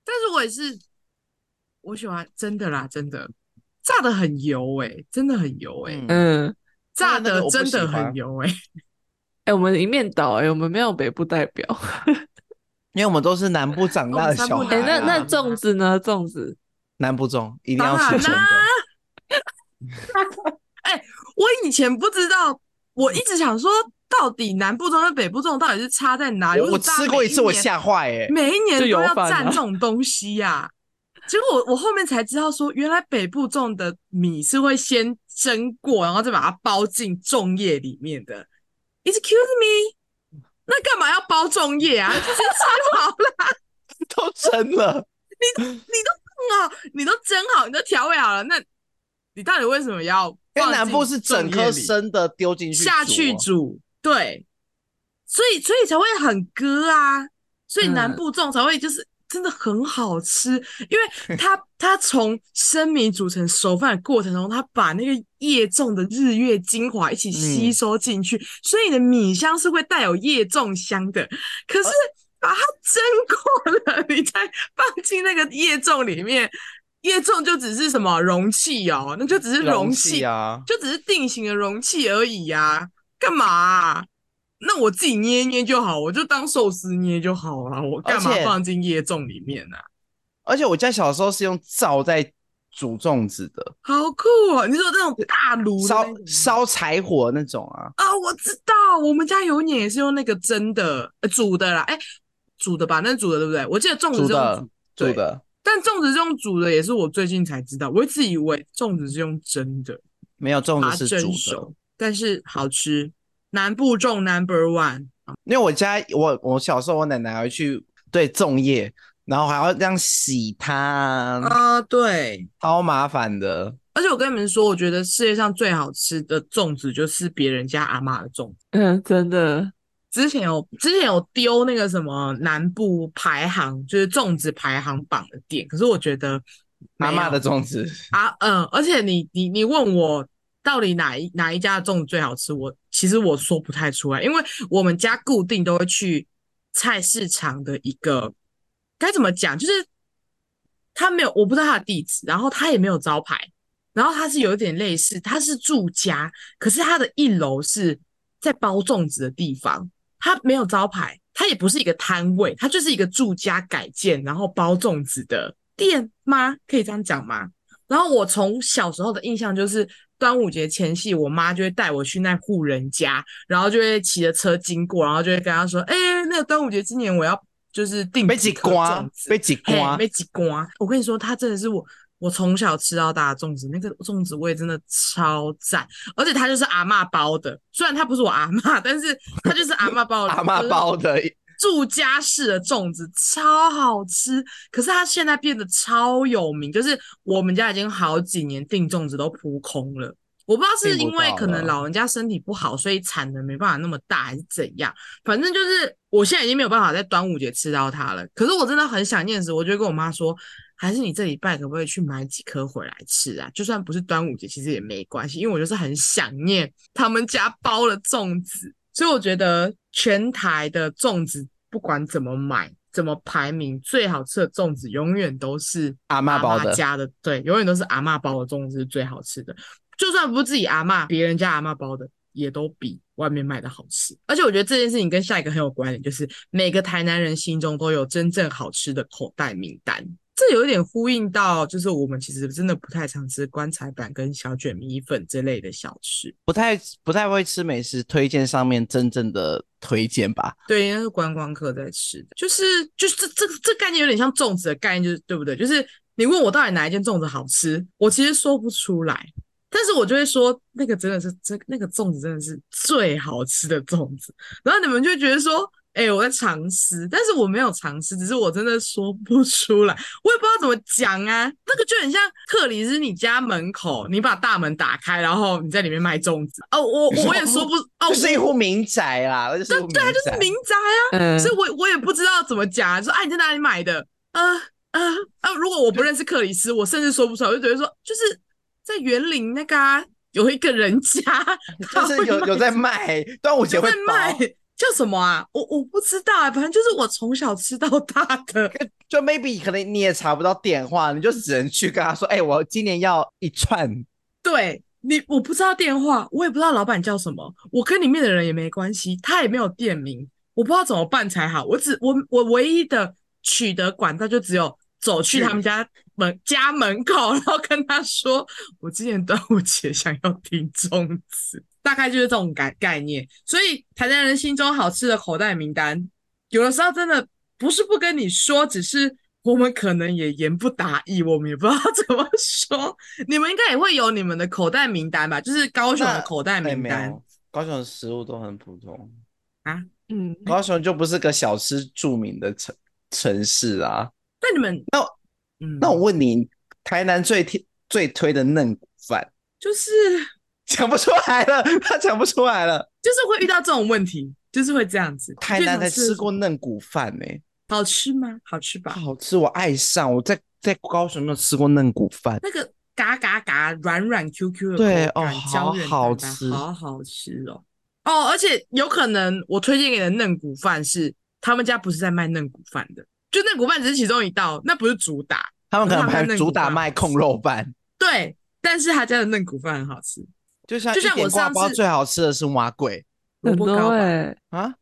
S2: 但是我也是，我喜欢真的啦，真的炸的很油哎、真的很油哎、
S3: 嗯
S1: 嗯，
S2: 炸
S3: 那个
S2: 的
S3: 我不
S2: 真
S3: 喜
S2: 的
S3: 欢
S2: 很油哎、
S1: 哎、我们一面倒哎、我们没有北部代表。
S3: 因为我们都是南部长大的小
S2: 我们
S3: 孩
S1: 哎、
S2: 南哦部
S3: 啊、
S1: 那那
S2: 这
S1: 粽子呢？粽子
S3: 南部粽一定要吃
S2: 当
S3: 真
S2: 然
S3: 的
S2: 啦。我以前不知道，我一直想说，到底南部粽跟北部粽到底是差在哪里？
S3: 哎我我
S2: 为什么大家
S3: 吃过一
S2: 每
S3: 次，我
S2: 年
S3: 吓坏
S2: [LAUGHS]
S3: 哎。
S2: 每一年
S1: 就
S2: 都
S1: 有
S2: 要
S1: 饭
S2: 蘸
S1: 啊
S2: 这种东西呀、结果我我后面才知道说，原来北部种的米是会先蒸过，然后再把它包进粽叶里面的。Excuse me，那干嘛要包粽叶啊？就是吃好了
S3: 都真了，
S2: 啊，你都蒸好，你都调味好了，那你到底为什么要
S3: 因
S2: 放
S3: 为
S2: 进
S3: 南部是整
S2: 粽叶
S3: 颗
S2: 里
S3: 生的丢进去
S2: 下去
S3: 煮哦
S2: 煮，对，所以所以才会很割啊，所以南
S1: 嗯
S2: 部粽才会就是真的很好吃，因
S3: [LAUGHS]
S2: 为它它从生米煮成熟饭的过程中，它把那个叶粽的日月精华一起吸
S3: 嗯
S2: 收进去，所以你的米香是会带有叶粽香的，可是。
S3: 哦
S2: 把它蒸过了， [LAUGHS] 你再放进那个叶粽里面，叶粽就只是什么容器哦，那就只是
S3: 啊容
S2: 器
S3: 啊。
S2: 就只是定型的容器而已呀、干嘛啊、那我自己捏一捏就好，我就当寿司捏就好了、我干嘛
S3: 而且
S2: 放进叶粽里面啊呢、
S3: 而且我家小时候是用灶在煮粽子的，
S2: 好酷哦！你说那种大炉的
S3: 烧
S2: 那种
S3: 烧柴火那种啊。
S2: 啊，我知道，我们家有一年也是用那个蒸的、呃煮的啦，哎、煮的吧，那是煮的对不对？我记得粽子
S3: 煮
S2: 是用
S3: 的
S2: 煮，
S3: 煮
S2: 对
S3: 的
S2: 但粽子是用煮的，也是我最近才知道，我一直以为粽子是用蒸的，
S3: 没有粽
S2: 把它
S3: 子是
S2: 蒸
S3: 煮的，
S2: 熟，但是好吃。南部粽 number one，
S3: 因为我家我我小时候我奶奶还会去对粽叶，然后还要这样洗它啊，
S2: 啊，对，
S3: 超麻烦的。
S2: 而且我跟你们说，我觉得世界上最好吃的粽子就是别人家阿嬷的粽子。
S1: 嗯，真的
S2: 啊之前有之前有丢那个什么南部排行，就是粽子排行榜的店，可是我觉得
S3: 阿
S2: 没
S3: 嬷
S2: 有
S3: 的粽子，
S2: 啊，嗯，而且你你你问我到底哪一哪一家的粽子最好吃，我其实我说不太出来，因为我们家固定都会去菜市场的一个该怎么讲，就是他没有我不知道他的地址，然后他也没有招牌，然后他是有一点类似，他是住家，可是他的一楼是在包粽子的地方，它没有招牌，它也不是一个摊位，它就是一个住家改建然后包粽子的店吗？可以这样讲吗？然后我从小时候的印象就是端午节前夕，我妈就会带我去那户人家，然后就会骑着车经过，然后就会跟她说：“哎、那个端午节今年我要就是订
S3: 被
S2: 几
S3: 挤
S2: 颗
S3: 瓜
S2: 粽，子
S3: 被挤
S2: 嘿，
S3: 瓜，
S2: 没几瓜。我跟你说，它真的是我我从小吃到大的粽子，那个粽子味真的超赞，而且它就是阿嬷包的，虽然它不是我阿嬷，但是它就是阿嬷包的，
S3: [LAUGHS] 阿嬷包的，
S2: 住家式的粽子超好吃，可是它现在变得超有名，就是我们家已经好几年订粽子都扑空了。我不知道是
S3: 订
S2: 因
S3: 不
S2: 为
S3: 到
S2: 可能
S3: 了
S2: 老人家身体不好，所以产能没办法那么大，还是怎样？反正就是我现在已经没有办法在端午节吃到它了。可是我真的很想念时，我就会跟我妈说，还是你这礼拜可不可以去买几颗回来吃啊？就算不是端午节，其实也没关系，因为我就是很想念他们家包的粽子。所以我觉得全台的粽子不管怎么买、怎么排名，最好吃的粽子永远都是
S3: 阿嬷包的
S2: 家的，对，永远都是阿嬷包的粽子是最好吃的。就算不是自己阿嬷，别人家阿嬷包的也都比外面卖的好吃。而且我觉得这件事情跟下一个很有关联，就是每个台南人心中都有真正好吃的口袋名单。这有一点呼应到，就是我们其实真的不太常吃棺材板跟小卷米粉这类的小吃。
S3: 不太不太会吃美食推荐上面真正的推荐吧？
S2: 对，应该是观光客在吃的，就是就是这这这概念有点像粽子的概念，就是对不对？就是你问我到底哪一间粽子好吃，我其实说不出来，但是我就会说那个真的是真那个粽子真的是最好吃的粽子，然后你们就会觉得说。哎、我在尝试，但是我没有尝试，只是我真的说不出来，我也不知道怎么讲啊。那个就很像克里斯你家门口，你把大门打开，然后你在里面卖粽子。哦，我我也说不，哦，
S3: [LAUGHS] 就是一
S2: 我
S3: 户民宅啦，那就是一
S2: 对
S3: 户
S2: 对啊，就是
S3: 宅
S2: 民宅啊。
S1: 嗯，
S2: 所以我我也不知道怎么讲、啊，说哎、你在哪里买的？呃呃呃，如果我不认识克里斯，我甚至说不出来，我就觉得说就是在园林那个、啊、有一个人家，
S3: [LAUGHS] 就
S2: 他
S3: 是
S2: 会
S3: 有
S2: 卖
S3: 有在卖，端午节
S2: 有
S3: 会
S2: 在卖
S3: 包，
S2: 叫什么啊？我我不知道啊，反正就是我从小吃到大的。
S3: 就 maybe 可能你也查不到电话，你就只能去跟他说，哎、我今年要一串，
S2: 对你，我不知道电话，我也不知道老板叫什么，我跟里面的人也没关系，他也没有店名，我不知道怎么办才好。我只我我唯一的取得管道就只有走去他们家门家门口，然后跟他说我今年端午节想要听粽子，大概就是这种概概念。所以台南人心中好吃的口袋名单，有的时候真的不是不跟你说，只是。我们可能也言不达意，我们也不知道 [LAUGHS] 怎么说。你们应该也会有你们的口袋名单吧？就是高雄的
S3: 那
S2: 口袋
S3: 哎
S2: 名
S3: 没
S2: 单。
S3: 有，高雄的食物都很普通，
S1: 嗯，
S3: 高雄就不是个小吃著名的城城市啊。
S2: 那你们
S3: 那
S2: 嗯，
S3: 那我问你，台南最贴最推的嫩骨饭， [LAUGHS]
S2: 就是
S3: 讲不出来了， [LAUGHS] 他讲不出来了。
S2: 就是会遇到这种问题，就是会这样子。
S3: 台
S2: 就
S3: 南
S2: 想
S3: 才吃
S2: 吃
S3: 过嗯嫩骨饭呢、
S2: 好吃吗？好吃吧？
S3: 好吃，我爱上。我在在高雄没有吃过嫩骨饭，
S2: 那个嘎嘎嘎软软 Q Q 的
S3: 对
S2: 口
S3: 哦
S2: 感
S3: 好
S2: 胶原蛋
S3: 好
S2: 白
S3: 吃
S2: 好好吃哦哦，而且有可能我推荐给你的嫩骨饭是他们家不是在卖嫩骨饭的，就嫩骨饭只是其中一道，那不是主打。
S3: 他们可能
S2: 他们
S3: 还
S2: 嫩
S3: 主
S2: 骨
S3: 打
S2: 饭
S3: 卖控肉饭。
S2: 对，但是他家的嫩骨饭很好吃，
S3: 就像
S2: 就
S3: 一
S2: 像
S3: 点
S2: 我
S3: 挂
S2: 上
S3: 包
S2: 次
S3: 最好吃的是蛙粿
S2: 萝
S1: 很
S2: 卜
S1: 多
S2: 糕吧，
S1: 哎、
S3: 啊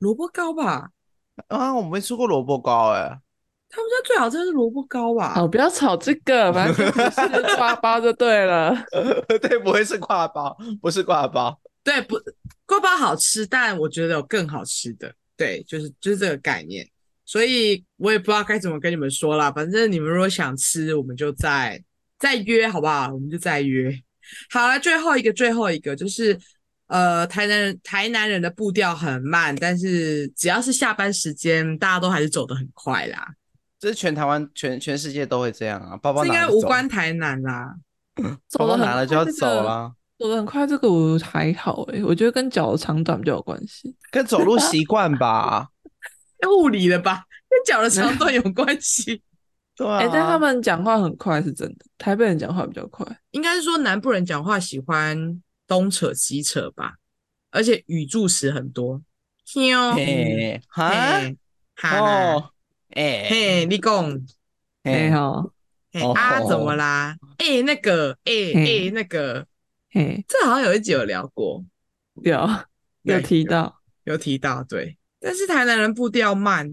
S2: 萝卜糕吧，
S3: 啊！我没吃过萝卜糕哎、
S2: 他们家最好吃的是萝卜糕吧？
S1: 哦，不要吵这个，反正就不 [LAUGHS] 是抓包就对了。
S3: [LAUGHS] 对，不会是挂包，不是挂包。
S2: 对，不，锅包好吃，但我觉得有更好吃的。对，就是就是这个概念，所以我也不知道该怎么跟你们说啦。反正你们如果想吃，我们就再再约，好不好？我们就再约。好了，最后一个，最后一个就是，呃，台南人台南人的步调很慢，但是只要是下班时间，大家都还是走得很快啦。
S3: 这是全台湾、全全世界都会这样啊！包包
S2: 这应
S3: 拿
S2: 该
S3: 了
S2: 无
S3: 走
S2: 关台南啦。
S1: 走
S3: 包
S1: 的
S3: 包
S1: 很
S3: 拿
S1: 快
S3: 了就要
S1: 这
S3: 走
S1: 个
S3: 了，
S1: 走的很快，这个我还好诶、我觉得跟脚的长短比较有关系。
S3: 跟
S2: [LAUGHS]
S3: 走路习惯吧。
S2: 哎物理的吧，跟脚的长短有关系。
S3: 对
S1: 诶、
S2: 哎
S3: 啊，
S1: 但他们讲话很快是真的，台北人讲话比较快。
S2: 应该是说南部人讲话喜欢东扯西扯吧，而且语助词很多。听哦，
S3: 嘿哈
S2: 嘿，哈啦，
S3: 哦，哎
S2: 嘿，你讲，
S1: 哎
S3: 哎，
S1: 哈，
S2: 嘿
S3: 哦
S2: 啊，怎么啦？哎，那个，哎
S1: 嘿
S2: 哎，那个，
S1: 嘿，
S2: 这好像有一集有聊过，
S1: 有有
S2: 对
S1: 提到，
S2: 有提到，对。但是台南人步调慢，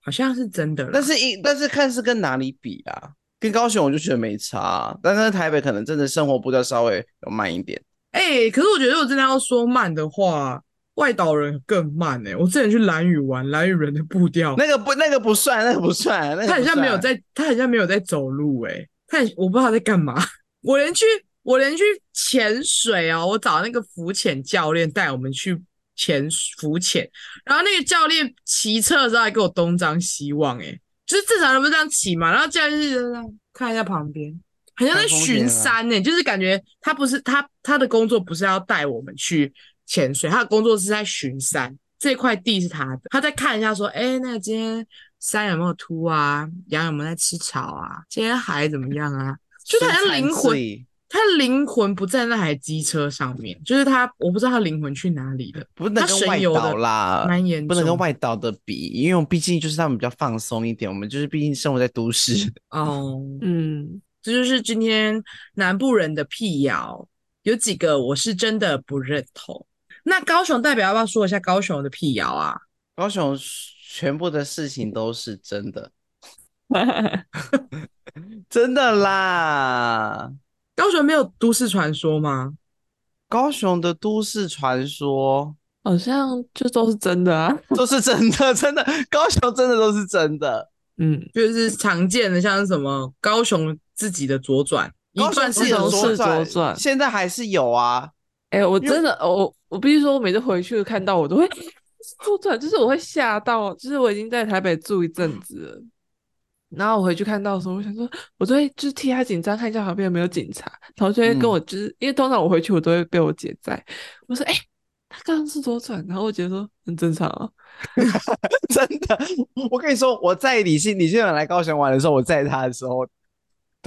S2: 好像是真的啦。
S3: 但是一但是看是跟哪里比啊？跟高雄我就觉得没差啊，但是台北可能真的生活步调稍微有慢一点。
S2: 哎、可是我觉得，我真的要说慢的话，外岛人更慢哎、我之前去兰屿玩，兰屿人的步调
S3: 那个不，那个不算，那个不算，那个
S2: 他好
S3: 不
S2: 像没有
S3: 算
S2: 在，他好像没有在走路、欸，他很我不知道他在干嘛。 [LAUGHS] 我连去，我连去潜水哦，我找那个浮潜教练带我们去潜浮潜，然后那个教练骑车的时候还给我东张西望、欸，就是正常人不是这样骑嘛，然后教练就是这样看一下旁边，好像在
S3: 看风景
S2: 巡
S3: 啊
S2: 山呢、就是感觉他不是他他的工作不是要带我们去潜水，他的工作是在巡山，这块地是他的，他在看一下说，哎、那个今天山有没有秃啊，羊有没有在吃草啊，今天海怎么样啊？就是好像
S3: 身残
S2: 灵魂
S3: 志异
S2: 他灵魂不在那台机车上面，就是他，我不知道他灵魂去哪里了，
S3: 不
S2: 他
S3: 能跟
S2: 神
S3: 外
S2: 游
S3: 岛
S2: 的
S3: 啦，
S2: 蛮严重，
S3: 不能跟外岛的比，因为我们毕竟就是他们比较放松一点，我们就是毕竟生活在都市。 [LAUGHS]
S2: 哦，
S1: 嗯，
S2: 这就是今天南部人的辟谣，有几个我是真的不认同。那高雄代表要不要说一下高雄的辟谣啊？
S3: 高雄全部的事情都是真的，真的啦。
S2: 高雄没有都市传说吗？
S3: 高雄的都市传说
S1: [LAUGHS]
S3: [LAUGHS]
S1: 好像就都是真的啊。
S3: 都是真的，真的，高雄真的都是真的。
S1: 嗯，
S2: 就是常见的，像是什么高雄自己的左转，一
S3: 高雄
S2: 段
S3: 自
S2: 是
S3: 己的
S1: 有
S3: 左
S1: 是左
S3: 转，
S1: 转
S3: 现在还是有啊。 [LAUGHS]
S1: 哎、我
S3: 因为
S1: 真的，我我必须说，我每次回去看到我都会 [LAUGHS] 左转，就是我会吓到，就是我已经在台北住一阵子了，然后我回去看到的时候，我想说，我都会就是替他紧张，看一下旁边有没有警察，然后就会跟我就是、因为通常我回去我都会被我姐在，我说哎、他刚刚是左转，然后我姐说很正常啊，
S3: 真的，我跟你说，我在李信李信远来高雄玩的时候，我在他的时候，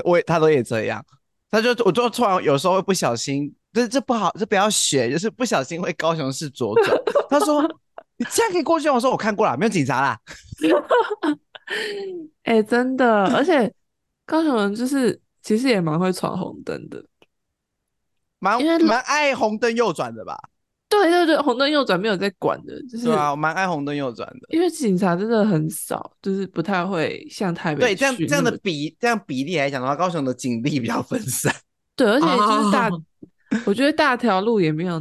S3: 我也他都也这样，他就我就突然有时候会不小心，这这不好，这不要学，就是不小心会高雄市左转。 [LAUGHS] 他说你这样可以过去吗，我说我看过了，没有警察啦。
S1: 哎、真的， [LAUGHS] 而且高雄人就是其实也蛮会闯红灯的，
S3: 蛮
S1: 因为
S3: 蛮爱红灯右转的吧？
S1: 对对对，红灯右转没有在管的，就是
S3: 对啊，我蛮爱红灯右转的。
S1: 因为警察真的很少，就是不太会像台北
S3: 对，这样
S1: 去
S3: 这样
S1: 那
S3: 的
S1: 么
S3: 比这样比例来讲的话，高雄的警力比较分 [LAUGHS] 散。
S1: 对，而且就是大，
S2: 哦
S1: 我觉得大条路也没有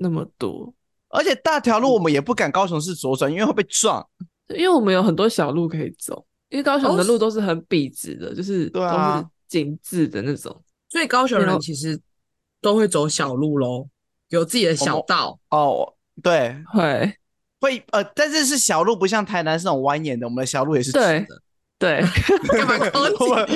S1: 那么多，
S3: 而且大条路我们也不敢高雄市左转，因为会被撞。
S1: 因为我们有很多小路可以走，因为高雄
S2: 哦
S1: 的路
S2: 是
S1: 都是很笔直的，就是都
S3: 对啊
S1: 是紧致的那种。
S2: 所以高雄
S1: 没有
S2: 人其实都会走小路喽，有自己的小
S3: [LAUGHS]
S2: 道。
S3: 哦，对，
S1: 会，
S3: 会呃，但是是小路，不像台南是那种蜿蜒的，我们的小路也是直
S1: 对
S3: 的。
S1: 对， [LAUGHS]
S2: 干嘛高级 [LAUGHS]
S3: [LAUGHS] 我们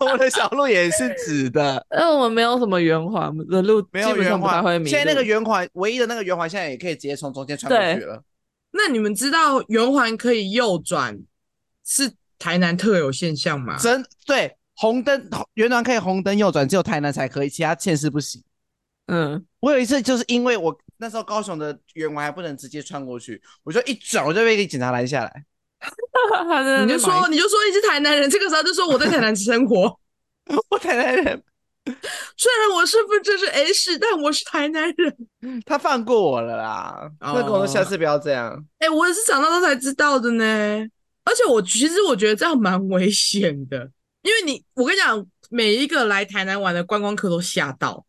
S3: 我们的小路也是直的，
S1: 因为我们没有什么圆环，我们的路
S3: 没
S1: 基
S3: 有
S1: 本
S3: 圆
S1: 上不太
S3: 环
S1: 会。迷
S3: 现在那个
S1: 路
S3: 圆环，唯一的那个圆环，现在也可以直接从中间穿过去了。
S2: 那你们知道圆环可以右转是台南特有现象吗？
S3: 真对，红灯圆环可以红灯右转，只有台南才可以，其他县市不行。
S1: 嗯， [LAUGHS]
S3: 我有一次就是因为我那时候高雄的圆环还不能直接穿过去，我就一转我就被一个警察拦下来。 [LAUGHS]
S1: 他真的
S2: 你就
S1: 在买
S2: 说你就说你是台南人，这个时候就说我在台南生活， [LAUGHS]
S3: 我台南人
S2: 虽然我身份证是 H，但我是台南人。
S3: 他放过我了啦，他跟我说
S2: 哦
S3: 下次不要这样。
S2: 哎、我也是长大后才知道的呢。而且我其实我觉得这样蛮危险的，因为你，我跟你讲，每一个来台南玩的观光客都吓到，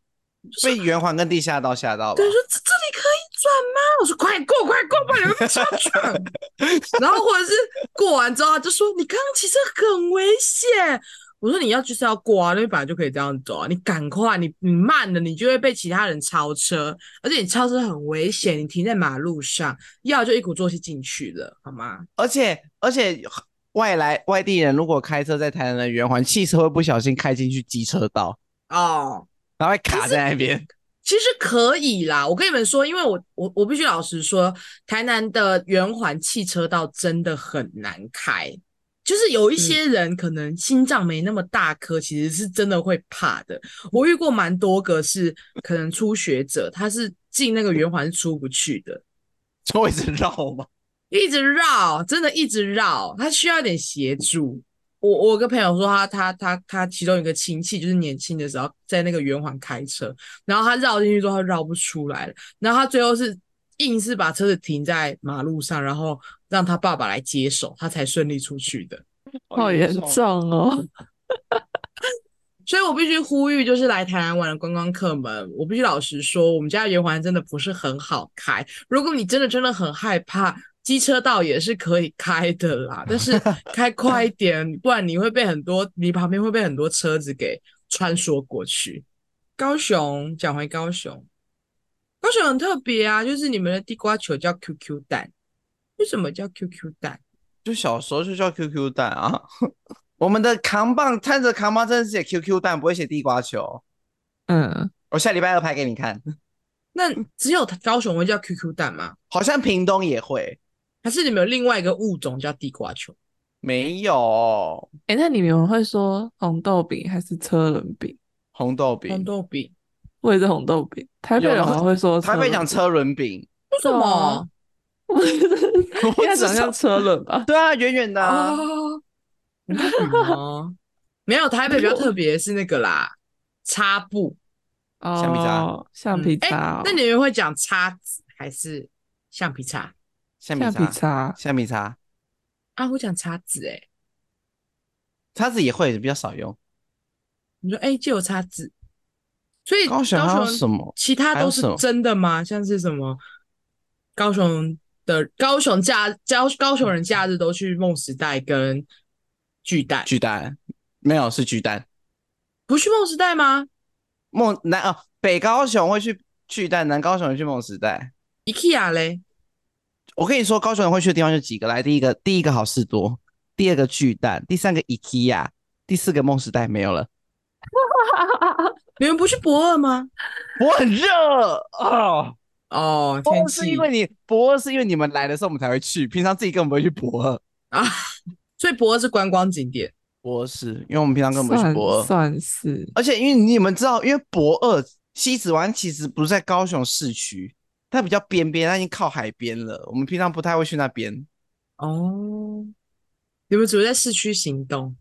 S3: 被圆环跟地下道吓到吧
S2: 对，？说这这里可以转吗？我说快过，快过，不然你们被车撞。 [LAUGHS] 然后或者是过完之后，他就说你刚刚其实很危险。我说你要就是要过啊，那边本来就可以这样走啊，你赶快，你你慢了，你就会被其他人超车，而且你超车很危险，你停在马路上，要就一鼓作气进去了，好吗？
S3: 而且而且外来外地人如果开车在台南的圆环，汽车会不小心开进去机车道，
S2: 哦，
S3: 然后会卡在那边。
S2: 其实可以啦。我跟你们说，因为我我我必须老实说，台南的圆环汽车道真的很难开，就是有一些人可能心脏没那么大颗，其实是真的会怕的。我遇过蛮多个是可能初学者，他是进那个圆环是出不去的，
S3: 就会一直绕吗？
S2: 一直绕，真的一直绕，他需要一点协助。我我有个朋友说他他他他其中一个亲戚就是年轻的时候在那个圆环开车，然后他绕进去之后他绕不出来了，然后他最后是硬是把车子停在马路上，然后让他爸爸来接手，他才顺利出去的。
S1: 好严重哦，
S2: 所以我必须呼吁，就是来台南玩的观光客们，我必须老实说，我们家的圆环真的不是很好开。如果你真的真的很害怕，机车道也是可以开的啦，但是开快一点，不然你会被很多，你旁边会被很多车子给穿梭过去。高雄，讲回高雄，高雄很特别啊，就是你们的地瓜球叫 QQ 蛋，为什么叫 QQ 蛋？
S3: 就小时候就叫 QQ 蛋啊。 [LAUGHS] 我们的扛棒摊着扛棒，真的是写 QQ 蛋，不会写地瓜球。
S1: 嗯， [LAUGHS]
S3: 我下礼拜二拍给你看，
S2: 那只有高雄会叫 QQ 蛋吗？
S3: 好像屏东也会，
S2: 还是你们有另外一个物种叫地瓜球？
S3: 没有
S1: 哎、那你们会说红豆饼还是车轮饼？
S3: 红豆饼，
S2: 红豆饼？
S1: 我也是红豆饼，台北
S3: 有
S1: 人
S3: 然
S1: 好
S3: 后
S1: 像会说车
S3: 台北
S1: 轮
S3: 讲
S1: 饼
S3: 车轮饼，
S2: 为什么
S1: 么？ [LAUGHS] 应
S3: 我
S1: 该
S3: 知
S1: 长像
S3: 道
S1: 车轮
S3: [LAUGHS]
S1: 吧？
S3: 对啊，圆圆的、啊。
S2: 哦，你啊看什么？没有台北比较特别是那个啦，擦布，
S3: 橡皮擦
S1: 哦，橡皮
S2: 哎、
S1: 擦哦，
S2: 那你们会讲叉子还是橡皮擦？
S3: 橡
S1: 橡皮
S3: 皮擦，
S1: 擦
S3: 橡皮擦，
S2: 啊，我讲叉子哎、
S3: 叉子也会比较少用。
S2: 你说哎、借我叉子，所以
S3: 高雄还有什么？
S2: 其他
S3: 还有
S2: 都是
S3: 什么
S2: 真的吗？像是什么高雄的高雄假高高雄人假日都去梦时代跟巨蛋，
S3: 巨蛋没有，是巨蛋。
S2: 不去梦时代吗
S3: 梦南哦，北高雄会去巨蛋，南高雄会去梦时代。
S2: ？IKEA 嘞，
S3: 我跟你说，高雄人会去的地方就几个，来，第一个，第一个好事多，第二个巨蛋，第三个 IKEA，第四个梦时代没有了。
S2: 你们不去博二吗？
S3: 我很热哦，
S2: 哦，
S3: 博
S2: 天
S3: 二是
S2: 气
S3: 因为你博二是因为你们来的时候我们才会去，平常自己根本不会去博二。
S2: 啊，所以博二是观光景点。
S3: 博二是因为我们平常根本不会去
S1: 算
S3: 博二，
S1: 算是
S3: 而且因为你们知道，因为博二西子湾其实不是在高雄市区，它比较边边，它已经靠海边了，我们平常不太会去那边。
S2: 哦，你们只会在市区行动。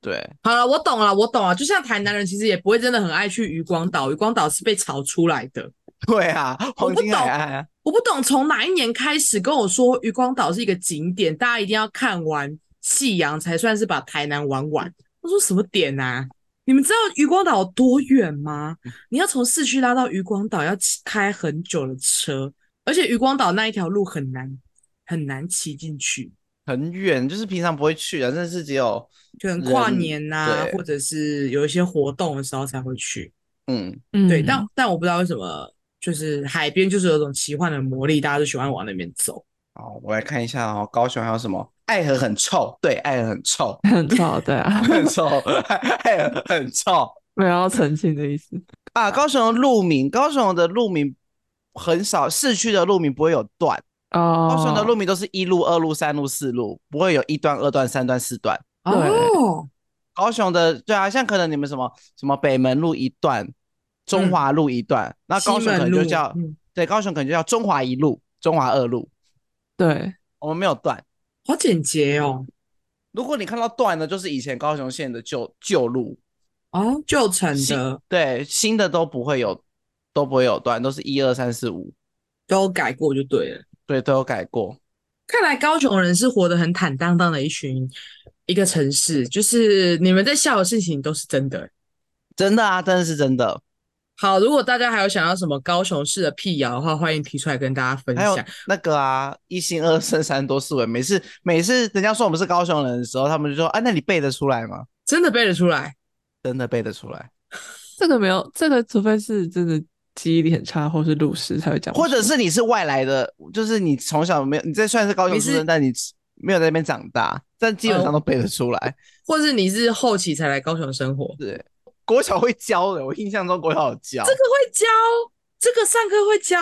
S3: 对， [LAUGHS]
S2: 好了，我懂了，我懂了。就像台南人其实也不会真的很爱去渔光岛，渔光岛是被炒出来的。
S3: 对啊，
S2: 我
S3: 黄
S2: 不
S3: 金海
S2: 懂
S3: 岸啊，
S2: 我不懂从哪一年开始跟我说渔光岛是一个景点，大家一定要看完夕阳才算是把台南玩完。我说什么点啊？你们知道渔光岛有多远吗？你要从市区拉到渔光岛要骑开很久的车，而且渔光岛那一条路很难很难骑进去，
S3: 很远，就是平常不会去的，但是只有
S2: 可能跨
S3: 人
S2: 年呐、
S3: 对
S2: 或者是有一些活动的时候才会去。
S3: 嗯，
S1: 嗯，，
S2: 对，但但我不知道为什么，就是海边就是有种奇幻的魔力，大家都喜欢往那边走。
S3: 好，我来看一下哦，高雄还有什么？爱河很臭，对，爱河很
S1: [LAUGHS]
S3: 臭 [LAUGHS]
S1: 很糟，对啊，
S3: 很臭， [LAUGHS] 爱河很臭
S1: [LAUGHS] 没有要澄清的意思。
S3: 啊！高雄的路名，高雄的路名很少，市区的路名不会有段，
S1: 哦，
S3: 高雄的路名都是一路、二路、三路、四路，不会有一段、二段、三段、四段。
S1: 对
S2: 哦，
S3: 高雄的对啊，像可能你们什么什么北门路一段、中华路一段，那
S2: 嗯西
S3: 高雄可
S2: 门
S3: 能就
S2: 路
S3: 叫
S2: 嗯
S3: 对，高雄可能就叫中华一路、中华二路，
S1: 对，
S3: 我们没有段。
S2: 好简洁哦。
S3: 如果你看到段的，就是以前高雄县的旧旧路，
S2: 哦，旧城
S3: 新
S2: 的
S3: 对，新的都不会有，都不会有段，都是一二三四五，
S2: 都改过就对了。
S3: 对，都有改过。
S2: 看来高雄人是活得很坦荡荡的一群，一个城市，就是你们在笑的事情都是真的。
S3: 真的啊，真的是真的。
S2: 好，如果大家还有想要什么高雄市的辟谣的话，欢迎提出来跟大家分
S3: 还有
S2: 享。
S3: 那个啊，一心二圣三多四维，每次每次人家说我们是高雄人的时候，他们就说啊，那你背得出来吗？
S2: 真的背得出来，
S3: 真的背得出来，
S1: 这个没有，这个除非是真的记忆力很差，或是路痴才会讲不出
S3: 或
S1: 来，
S3: 者是你是外来的，就是你从小没有，你这算是高雄
S2: 你
S3: 出
S2: 是
S3: 生，但你没有在那边长大，但基本上
S2: 哦
S3: 都背得出来。
S2: 或是你是后期才来高雄生活，
S3: 对，国小会教的，我印象中国小有教，
S2: 这个会教，这个上课会教。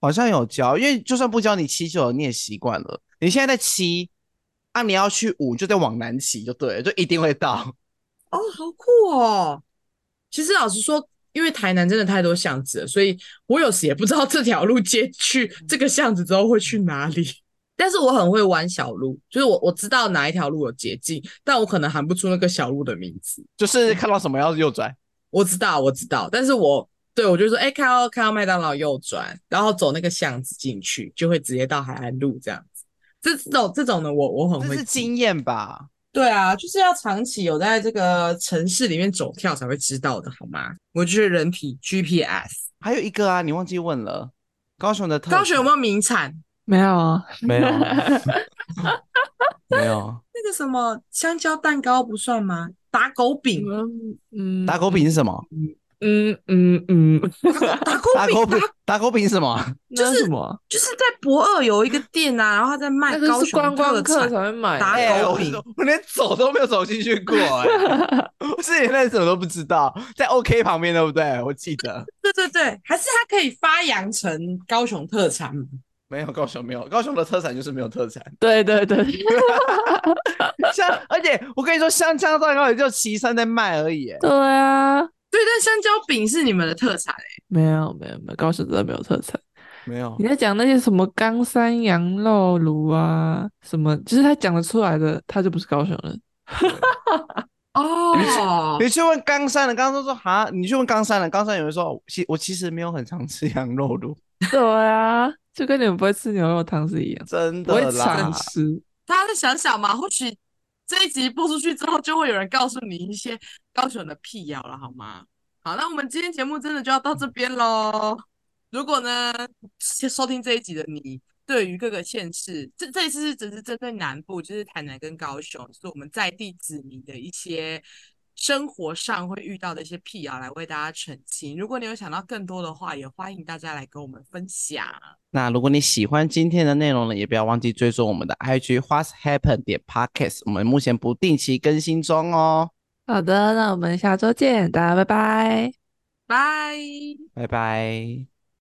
S3: 好像有教，因为就算不教你七九，你也习惯了。你现在在七，啊，你要去五，就得往南骑就对了，就一定会到。
S2: 哦，好酷哦！其实老实说，因为台南真的太多巷子了，所以我有时也不知道这条路接去
S3: 嗯
S2: 这个巷子之后会去哪里。但是我很会玩小路，就是我我知道哪一条路有捷径，但我可能喊不出那个小路的名字。
S3: 就是看到什么要右转，
S2: 我知道，我知道，但是我对我就说，哎、看到看到麦当劳右转，然后走那个巷子进去，就会直接到海岸路这样子。这这种这种的我，我很
S3: 这
S2: 会
S3: 是
S2: 记
S3: 经验吧？
S2: 对啊，就是要长期有在这个城市里面走跳才会知道的，好吗？我就是人体 GPS。
S3: 还有一个啊，你忘记问了，高雄的特
S2: 高雄有没
S3: 有？
S2: 有名产？
S1: 没有啊，
S3: 没有， [LAUGHS] 没有。
S2: 那个什么香蕉蛋糕不算吗？打狗
S1: [LAUGHS]
S2: 饼，
S1: 嗯嗯，
S3: 打狗饼是什么？
S1: 嗯嗯嗯，
S2: 打狗
S3: 打
S2: 饼，
S3: 狗饼
S2: 打，
S3: 打狗饼是什么？
S1: 那是什么？啊
S2: 就是在博二有一个店啊，然后他在卖
S1: 那个
S2: 高
S1: 是
S2: 雄
S1: 观光
S2: 特
S1: 客
S2: 产
S1: 才会买的，
S2: 打
S3: 哎
S2: 狗
S3: 我
S2: 饼
S3: 我连走都没有走进去过、哎，我是连那什么都不知道，在 OK 旁边对不对？我记得
S2: 对对对，还是它可以发扬成高雄特产吗？
S3: 没有高雄没有高雄的特产就是没有特产，
S1: 对对对，
S3: 像而且我跟你说，香蕉蛋糕也就岐山在卖而已、哎
S1: 对啊，
S2: 对，但香蕉饼是你们的特产、欸、
S1: 没有没有没有，高雄真的没有特产。
S3: 没有
S1: 你在讲那些什么冈山羊肉炉啊，什么，就是他讲得出来的，他就不是高雄人。
S2: 哦， [LAUGHS]
S3: 你去问冈山人，冈山说哈，你去问冈山人，冈山有人说，其我其实没有很常吃羊肉炉，
S1: 对啊， [LAUGHS] 就跟你们不会吃牛肉汤是一样，
S3: 真
S1: 不会啊
S3: 的啦
S1: 常。吃。
S2: 大家再想想嘛，或许这一集播出去之后，就会有人告诉你一些高雄的辟谣了，好吗？好，那我们今天节目真的就要到这边喽。如果呢，收听这一集的你，对于各个县市，这这一次是只是针对南部，就是台南跟高雄，就是我们在地子民的一些生活上会遇到的一些辟谣，来为大家澄清。如果你有想到更多的话，也欢迎大家来跟我们分享。
S3: 那如果你喜欢今天的内容呢，也不要忘记追踪我们的 IG What's Happen 点 Podcast，我们目前不定期更新中哦。
S1: 好的，那我们下周见，大家拜拜。
S2: 拜。
S3: 拜拜。